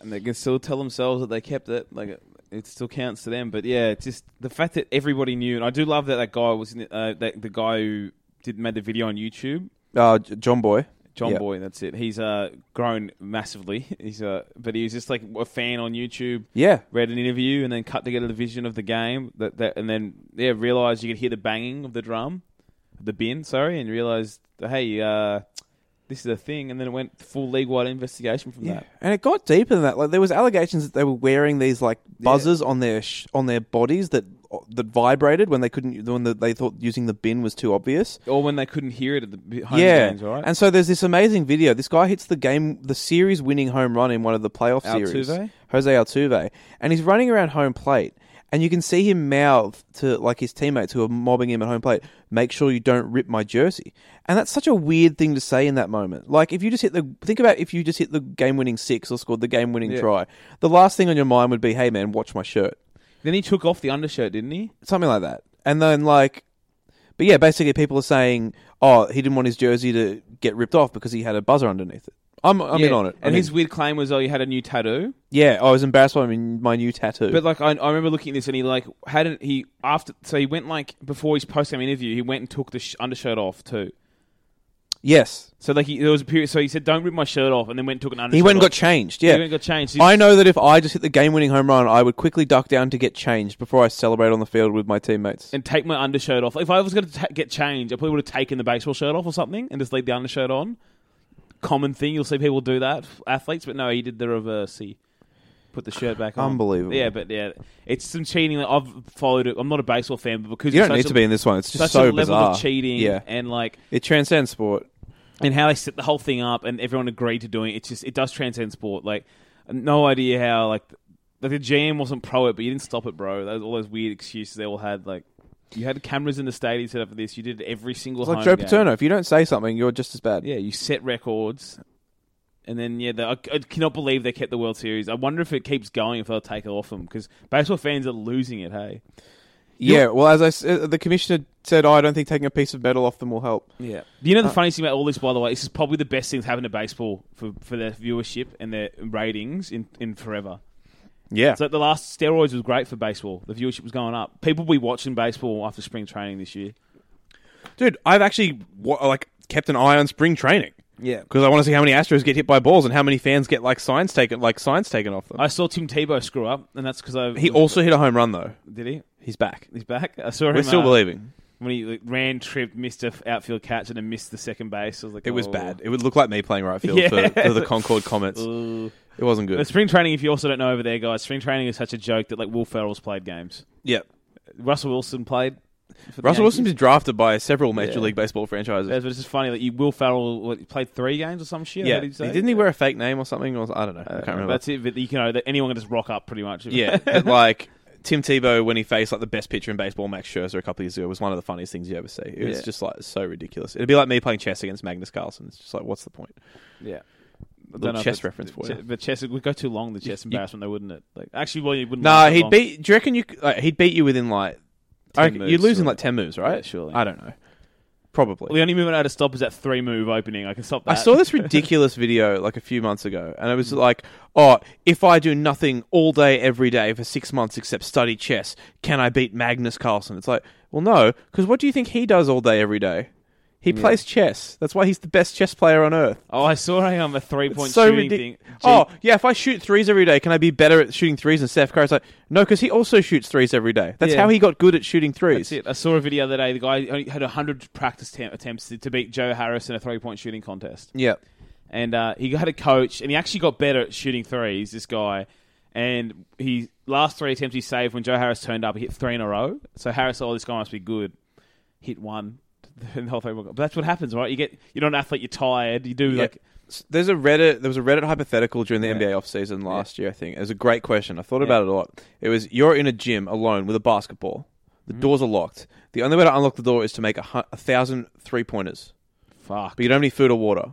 [SPEAKER 3] and they can still tell themselves that they kept it. Like it, it still counts to them. But yeah, it's just the fact that everybody knew, and I do love that that guy was in, uh, that the guy who did made the video on YouTube.
[SPEAKER 2] uh, J- John Boy,
[SPEAKER 3] John
[SPEAKER 2] Yeah.
[SPEAKER 3] Boy, that's it. He's uh, grown massively. He's uh, but he was just like a fan on YouTube.
[SPEAKER 2] yeah,
[SPEAKER 3] Read an interview and then cut together the vision of the game. That, that and then yeah, realized you could hear the banging of the drum, the bin. Sorry, and realized hey, uh, this is a thing. And then it went full league wide investigation from that.
[SPEAKER 2] and it got deeper than that. Like there was allegations that they were wearing these like buzzers on their sh- on their bodies that that vibrated when they couldn't when the, they thought using the bin was too obvious.
[SPEAKER 3] Or when they couldn't hear it at the home games, right?
[SPEAKER 2] And so there's this amazing video. This guy hits the game, the series winning home run in one of the playoff series.
[SPEAKER 3] Altuve?
[SPEAKER 2] Jose Altuve. And he's running around home plate. And you can see him mouth to like his teammates who are mobbing him at home plate, make sure you don't rip my jersey. And that's such a weird thing to say in that moment. Like if you just hit the think about if you just hit the game winning six or scored the game winning
[SPEAKER 3] Yeah.
[SPEAKER 2] try, the last thing on your mind would be, Hey man, watch my shirt.
[SPEAKER 3] Then he took off the undershirt, didn't he?
[SPEAKER 2] something like that. And then like, but yeah, basically people are saying, oh, he didn't want his jersey to get ripped off because he had a buzzer underneath it. I'm I'm in on it.
[SPEAKER 3] And his weird claim was, oh, you had a new tattoo.
[SPEAKER 2] yeah, I was embarrassed by my- my new tattoo.
[SPEAKER 3] But like, I, I remember looking at this, and he like hadn't he after so he went like before his post game interview, he went and took the sh- undershirt off too.
[SPEAKER 2] yes,
[SPEAKER 3] So like, he, there was a period. So he said, don't rip my shirt off, and then went and took an undershirt.
[SPEAKER 2] he went and
[SPEAKER 3] off.
[SPEAKER 2] got changed. Yeah,
[SPEAKER 3] He went and got changed. He's-
[SPEAKER 2] I know that if I just hit the game-winning home run, I would quickly duck down to get changed before I celebrate on the field with my teammates.
[SPEAKER 3] and take my undershirt off. If I was going to ta get changed, I probably would have taken the baseball shirt off or something and just leave the undershirt on. Common thing you'll see people do that athletes, but no, he did the reverse. He put the shirt back on.
[SPEAKER 2] Unbelievable.
[SPEAKER 3] Yeah, but yeah, it's some cheating. that I've followed it. I'm not a baseball fan, but because
[SPEAKER 2] You
[SPEAKER 3] it's
[SPEAKER 2] don't need
[SPEAKER 3] such
[SPEAKER 2] to
[SPEAKER 3] a,
[SPEAKER 2] be in this one. It's
[SPEAKER 3] such
[SPEAKER 2] just so
[SPEAKER 3] a level
[SPEAKER 2] bizarre.
[SPEAKER 3] of cheating,
[SPEAKER 2] Yeah,
[SPEAKER 3] and like
[SPEAKER 2] it transcends sport.
[SPEAKER 3] and how they set the whole thing up and everyone agreed to doing it. It's just it does transcend sport. Like no idea how like like the GM wasn't pro it, but you didn't stop it, bro. That was all those weird excuses they all had. Like you had cameras in the stadium set up for this. You did every single
[SPEAKER 2] It's like
[SPEAKER 3] home
[SPEAKER 2] Joe
[SPEAKER 3] game.
[SPEAKER 2] Paterno. If you don't say something, you're just as bad.
[SPEAKER 3] Yeah, you set records. And then yeah, the, I, I cannot believe they kept the World Series. I wonder if it keeps going if they'll take it off them because baseball fans are losing it. Hey,
[SPEAKER 2] Yeah, well, as I s- uh, the commissioner said, "Oh, I don't think taking a piece of metal off them will help.
[SPEAKER 3] Yeah. Do you
[SPEAKER 2] Uh,
[SPEAKER 3] know the funniest thing about all this, by the way? This is probably the best thing that's happened to baseball for, for their viewership and their ratings in, in forever.
[SPEAKER 2] Yeah.
[SPEAKER 3] So the last steroids was great for baseball. The viewership was going up. People will be watching baseball after spring training this year.
[SPEAKER 2] Dude, I've actually wa- like kept an eye on spring training
[SPEAKER 3] Yeah.
[SPEAKER 2] because I want to see how many Astros get hit by balls and how many fans get like signs taken like signs taken off them.
[SPEAKER 3] I saw Tim Tebow screw up, and that's because I
[SPEAKER 2] Uh, he also hit a home run though.
[SPEAKER 3] did he.
[SPEAKER 2] He's back.
[SPEAKER 3] He's back. I saw him.
[SPEAKER 2] We're still
[SPEAKER 3] uh,
[SPEAKER 2] believing.
[SPEAKER 3] when he like, ran, tripped, missed a f- outfield catch, and then missed the second base. I was like,
[SPEAKER 2] It was
[SPEAKER 3] oh.
[SPEAKER 2] bad. It would look like me playing right field for,
[SPEAKER 3] Yeah.
[SPEAKER 2] for the Concord comments.
[SPEAKER 3] Ooh.
[SPEAKER 2] It wasn't
[SPEAKER 3] But
[SPEAKER 2] good.
[SPEAKER 3] Uh, spring training, if you also don't know over there, guys, spring training is such a joke that like Will Ferrell's played games.
[SPEAKER 2] Yeah.
[SPEAKER 3] Russell Wilson played. for the
[SPEAKER 2] Russell
[SPEAKER 3] Yankees.
[SPEAKER 2] Wilson was drafted by several Major
[SPEAKER 3] Yeah.
[SPEAKER 2] League Baseball franchises.
[SPEAKER 3] Yeah, but it's just funny that you Will Farrell what, played three games or some shit.
[SPEAKER 2] yeah.
[SPEAKER 3] How did he say?
[SPEAKER 2] Didn't he Uh, wear a fake name or something? Or, I don't know. I can't remember.
[SPEAKER 3] That's it. But you know that anyone can just rock up pretty much.
[SPEAKER 2] Yeah, but, like Tim Tebow when he faced like the best pitcher in baseball, Max Scherzer, a couple of years ago, was one of the funniest things you ever see. It was
[SPEAKER 3] Yeah.
[SPEAKER 2] just like so ridiculous. It'd be like me playing chess against Magnus Carlsen. It's just like, what's the point?
[SPEAKER 3] yeah. I don't
[SPEAKER 2] Little
[SPEAKER 3] know if
[SPEAKER 2] chess
[SPEAKER 3] it's-
[SPEAKER 2] reference for
[SPEAKER 3] che-
[SPEAKER 2] you.
[SPEAKER 3] But chess, it would go too long. The chess
[SPEAKER 2] You-
[SPEAKER 3] embarrassment, though, wouldn't it? Like actually, well, you wouldn't.
[SPEAKER 2] No,
[SPEAKER 3] last that
[SPEAKER 2] he'd
[SPEAKER 3] long.
[SPEAKER 2] beat. Do you reckon you? c- Like, he'd beat you within like. I
[SPEAKER 3] 10
[SPEAKER 2] reckon- you'd
[SPEAKER 3] moves,
[SPEAKER 2] lose in
[SPEAKER 3] surely.
[SPEAKER 2] like ten moves, right?
[SPEAKER 3] Yeah, surely.
[SPEAKER 2] I don't know.
[SPEAKER 3] Well, the
[SPEAKER 2] Probably.
[SPEAKER 3] only movement I had to stop is that three move opening. I can stop that.
[SPEAKER 2] I saw this ridiculous video like a few months ago, and it was like, "Oh, if I do nothing all day, every day for six months except study chess, can I beat Magnus Carlsen?" It's like, well, no, because what do you think he does all day, every day? He plays chess. That's why he's the best chess player on earth.
[SPEAKER 3] Oh, I saw a, um, a three point
[SPEAKER 2] so
[SPEAKER 3] shooting
[SPEAKER 2] ridiculous.
[SPEAKER 3] thing.
[SPEAKER 2] Oh, yeah, if I shoot threes every day, can I be better at shooting threes than Steph Curry? It's like, no, because he also shoots threes every day. That's
[SPEAKER 3] Yeah.
[SPEAKER 2] how he got good at shooting threes.
[SPEAKER 3] That's it. I saw a video the other day. The guy only had hundred practice tem- attempts to, to beat Joe Harris in a three point shooting contest.
[SPEAKER 2] Yeah.
[SPEAKER 3] and uh, he had a coach, and he actually got better at shooting threes. This guy, and he last three attempts he saved when Joe Harris turned up, he hit three in a row. So Harris, thought, oh, this guy must be good. Hit one, and the whole thing. But that's what happens, right? You get you're not an athlete, you're tired. You do
[SPEAKER 2] Yeah.
[SPEAKER 3] like
[SPEAKER 2] S- There's a Reddit. There was a Reddit hypothetical during the NBA offseason last year. I think it was a great question. I thought about it a lot. It was you're in a gym alone with a basketball. The doors are locked. The only way to unlock the door is to make a, hu- a thousand three pointers,
[SPEAKER 3] fuck.
[SPEAKER 2] but you don't have any food or water.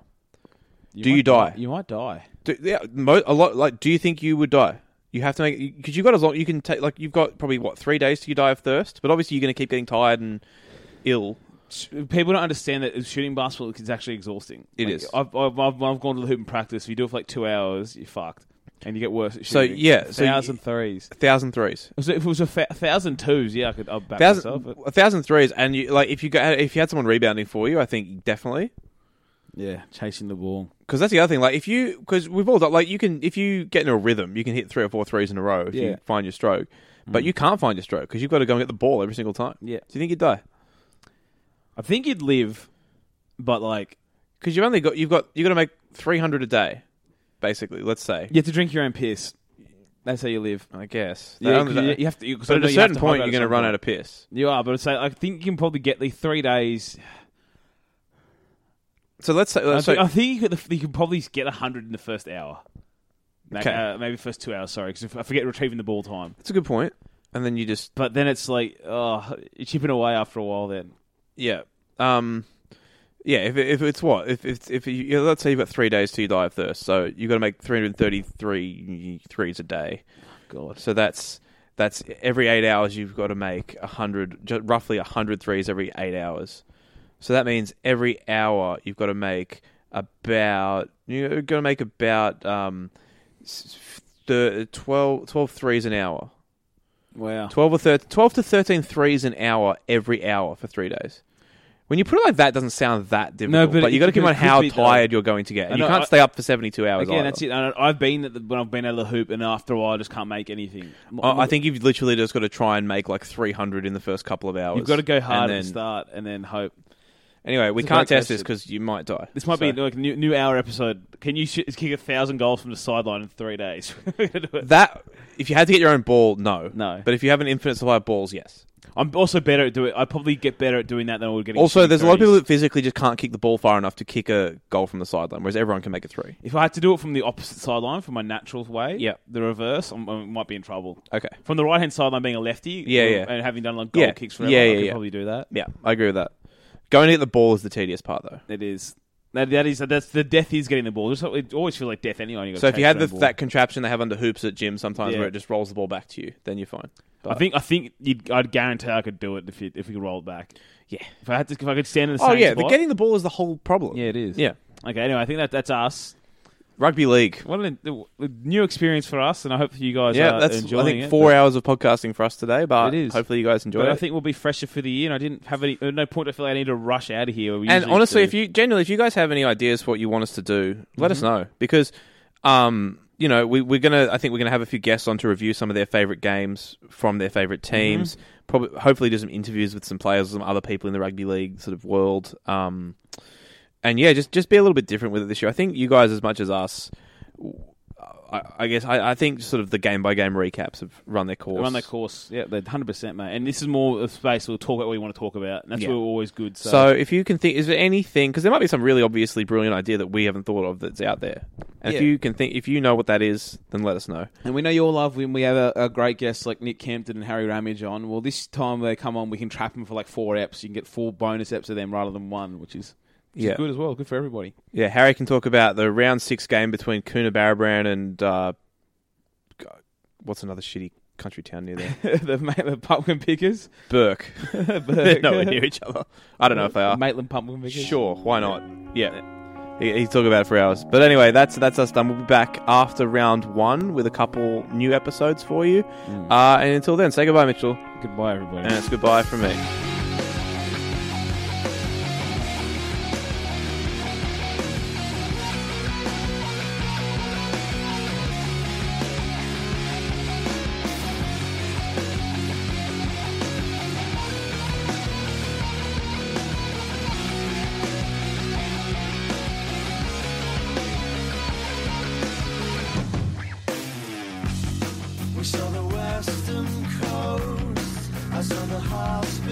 [SPEAKER 2] do you
[SPEAKER 3] might
[SPEAKER 2] die?
[SPEAKER 3] You might die.
[SPEAKER 2] Do, yeah, mo- a lot. Like, do you think you would die? You have to make because you got as long you can take. Like, you've got probably what three days till you die of thirst. But obviously, you're going to keep getting tired and ill.
[SPEAKER 3] sh- people don't understand that shooting basketball is actually exhausting.
[SPEAKER 2] It
[SPEAKER 3] It
[SPEAKER 2] is.
[SPEAKER 3] I've, I've, I've, I've gone to the hoop and practice. If you do it for like two hours, you're fucked. And you get worse at
[SPEAKER 2] So,
[SPEAKER 3] shooting.
[SPEAKER 2] yeah, so you-
[SPEAKER 3] thousand threes.
[SPEAKER 2] thousand threes.
[SPEAKER 3] So if it was a fa- thousand twos, yeah, I could I'd back
[SPEAKER 2] Thousand,
[SPEAKER 3] myself. But
[SPEAKER 2] a thousand threes, and you like if you got if you had someone rebounding for you, I think definitely
[SPEAKER 3] yeah, chasing the ball.
[SPEAKER 2] because that's the other thing. Like if you because we've all done like you can if you get in a rhythm, you can hit three or four threes in a row if
[SPEAKER 3] Yeah.
[SPEAKER 2] you find your stroke, but you can't find your stroke because you've got to go and get the ball every single time.
[SPEAKER 3] Yeah.
[SPEAKER 2] do you think you'd die?
[SPEAKER 3] I think you'd live, but like
[SPEAKER 2] Because you've only got you've got you've got to make three hundred a day, basically. Let's say.
[SPEAKER 3] you have to drink your own piss. That's how you live.
[SPEAKER 2] I guess.
[SPEAKER 3] Yeah,
[SPEAKER 2] That
[SPEAKER 3] 'cause
[SPEAKER 2] only-
[SPEAKER 3] you, you have to. You, 'cause I
[SPEAKER 2] but at
[SPEAKER 3] know
[SPEAKER 2] a
[SPEAKER 3] you have
[SPEAKER 2] certain
[SPEAKER 3] to
[SPEAKER 2] point,
[SPEAKER 3] hydrate
[SPEAKER 2] you're going
[SPEAKER 3] at
[SPEAKER 2] to
[SPEAKER 3] some
[SPEAKER 2] run
[SPEAKER 3] point.
[SPEAKER 2] out of piss.
[SPEAKER 3] You are, but it's like, I think you can probably get the three days.
[SPEAKER 2] So let's say.
[SPEAKER 3] I,
[SPEAKER 2] so,
[SPEAKER 3] think, I think you could, you could probably get 100 in the first hour. Like,
[SPEAKER 2] Okay.
[SPEAKER 3] uh, maybe first two hours, sorry, because I forget retrieving the ball time.
[SPEAKER 2] that's a good point. And then you just
[SPEAKER 3] But then it's like, oh, you're chipping away after a while then.
[SPEAKER 2] yeah um yeah if if it's what if if if you, yeah, let's say you've got three days to die of thirst, so you've got to make 333 threes a day.
[SPEAKER 3] God.
[SPEAKER 2] So that's that's every eight hours you've got to make a hundred, ju- roughly a hundred threes every eight hours. So that means every hour you've got to make about you're going to make about um the 12, 12 threes an hour,
[SPEAKER 3] Wow.
[SPEAKER 2] twelve or thir 12 to thirteen threes an hour every hour for three days. When you put it like that, it doesn't sound that difficult.
[SPEAKER 3] but
[SPEAKER 2] but,
[SPEAKER 3] it-
[SPEAKER 2] you got to
[SPEAKER 3] it
[SPEAKER 2] keep on
[SPEAKER 3] could
[SPEAKER 2] how
[SPEAKER 3] be, though.
[SPEAKER 2] tired you're going to get, and
[SPEAKER 3] I
[SPEAKER 2] you
[SPEAKER 3] know,
[SPEAKER 2] can't
[SPEAKER 3] I-
[SPEAKER 2] stay up for seventy-two hours.
[SPEAKER 3] Again,
[SPEAKER 2] either.
[SPEAKER 3] that's it. I- I've been at the, when I've been out of the hoop, and after a while, I just can't make anything.
[SPEAKER 2] I I think you've literally just got to try and make like 300 in the first couple of hours.
[SPEAKER 3] you've got to go
[SPEAKER 2] And
[SPEAKER 3] hard at the
[SPEAKER 2] then-
[SPEAKER 3] start and then hope.
[SPEAKER 2] Anyway, we
[SPEAKER 3] It's a
[SPEAKER 2] can't
[SPEAKER 3] great
[SPEAKER 2] test this
[SPEAKER 3] question.
[SPEAKER 2] because you might die.
[SPEAKER 3] This might
[SPEAKER 2] So-
[SPEAKER 3] be like a new, new hour episode. Can you sh- kick a thousand goals from the sideline in three days? We're gonna do it.
[SPEAKER 2] that. If you had to get your own ball, no,
[SPEAKER 3] No.
[SPEAKER 2] But if you have an infinite supply of balls, yes.
[SPEAKER 3] I'm also better at doing. I probably get better at doing that than I would getting.
[SPEAKER 2] Also,
[SPEAKER 3] shooting
[SPEAKER 2] there's a lot of
[SPEAKER 3] 30s.
[SPEAKER 2] people that physically just can't kick the ball far enough to kick a goal from the sideline, whereas everyone can make a three.
[SPEAKER 3] If I had to do it from the opposite sideline, from my natural way,
[SPEAKER 2] Yeah.
[SPEAKER 3] the reverse, I'm, I might be in trouble.
[SPEAKER 2] Okay,
[SPEAKER 3] From the right hand sideline, being a lefty,
[SPEAKER 2] Yeah,
[SPEAKER 3] um,
[SPEAKER 2] yeah.
[SPEAKER 3] and having done like goal
[SPEAKER 2] Yeah.
[SPEAKER 3] kicks forever,
[SPEAKER 2] Yeah,
[SPEAKER 3] I
[SPEAKER 2] yeah,
[SPEAKER 3] could
[SPEAKER 2] yeah.
[SPEAKER 3] probably do that.
[SPEAKER 2] yeah, I agree with that. Going to get the ball is the tedious part, though.
[SPEAKER 3] It is that, that is that's the death is getting the ball. Just- It always feels like death anyway.
[SPEAKER 2] So if you had the, that contraption they have under hoops at gyms sometimes,
[SPEAKER 3] Yeah. Uh,
[SPEAKER 2] where it just rolls the ball back to you, then you're fine.
[SPEAKER 3] I think I think you'd, I'd guarantee I could do it if you, if you could roll it back.
[SPEAKER 2] Yeah.
[SPEAKER 3] If I had to, if I could stand in the
[SPEAKER 2] Oh
[SPEAKER 3] same
[SPEAKER 2] yeah, the
[SPEAKER 3] spot.
[SPEAKER 2] getting the ball is the whole problem.
[SPEAKER 3] yeah, it is.
[SPEAKER 2] yeah.
[SPEAKER 3] Okay. Anyway, I think that that's us.
[SPEAKER 2] Rugby league.
[SPEAKER 3] What a, a new experience for us, and I hope you guys
[SPEAKER 2] yeah,
[SPEAKER 3] are
[SPEAKER 2] that's I
[SPEAKER 3] enjoying
[SPEAKER 2] think
[SPEAKER 3] it.
[SPEAKER 2] four hours of podcasting for us today, but
[SPEAKER 3] It is.
[SPEAKER 2] hopefully you guys enjoyed
[SPEAKER 3] But
[SPEAKER 2] it.
[SPEAKER 3] I think we'll be fresher for the year, and I didn't have any. At no point I feel like I need to rush out of here. We
[SPEAKER 2] and
[SPEAKER 3] usually
[SPEAKER 2] honestly,
[SPEAKER 3] do.
[SPEAKER 2] if you generally, if you guys have any ideas for what you want us to do, let
[SPEAKER 3] Mm-hmm.
[SPEAKER 2] us know because, um, you know, we, we're gonna. I think we're gonna have a few guests on to review some of their favorite games from their favorite
[SPEAKER 3] Mm-hmm.
[SPEAKER 2] teams. Probably, hopefully, do some interviews with some players, some other people in the rugby league sort of world. Um, and yeah, just just be a little bit different with it this year. I think you guys, as much as us. I, I guess I, I think sort of the game by game recaps have run their course.
[SPEAKER 3] run their course, yeah, they're hundred percent, mate. And this is more of space. We'll talk about what we want to talk about, and that's
[SPEAKER 2] Yeah.
[SPEAKER 3] where we're always good. So,
[SPEAKER 2] So, if you can think, is there anything? Because there might be some really obviously brilliant idea that we haven't thought of that's out there. And if
[SPEAKER 4] Yeah.
[SPEAKER 2] you can think, if you know what that is, then let us know.
[SPEAKER 4] And we know you all love when we have a, a great guest like Nick Kempton and Harry Ramage on. Well, this time they come on, we can trap them for like four eps. You can get four bonus eps of them rather than one, which is, which
[SPEAKER 2] Yeah.
[SPEAKER 4] is good as well. Good for everybody.
[SPEAKER 2] Yeah, Harry can talk about the round six game between Kuna Barabran and uh, God, what's another shitty country town near there?
[SPEAKER 4] the, ma- the pumpkin pickers.
[SPEAKER 2] Burke. They're nowhere near each other. I don't know if they are.
[SPEAKER 4] Maitland pumpkin pickers.
[SPEAKER 2] Sure, why not? Yeah. He, he talk about it for hours. But anyway, that's that's us done. We'll be back after round one with a couple new episodes for you. Uh, and until then, say goodbye, Mitchell.
[SPEAKER 3] goodbye, everybody.
[SPEAKER 2] And it's goodbye from me.
[SPEAKER 5] We saw the western coast. I saw the house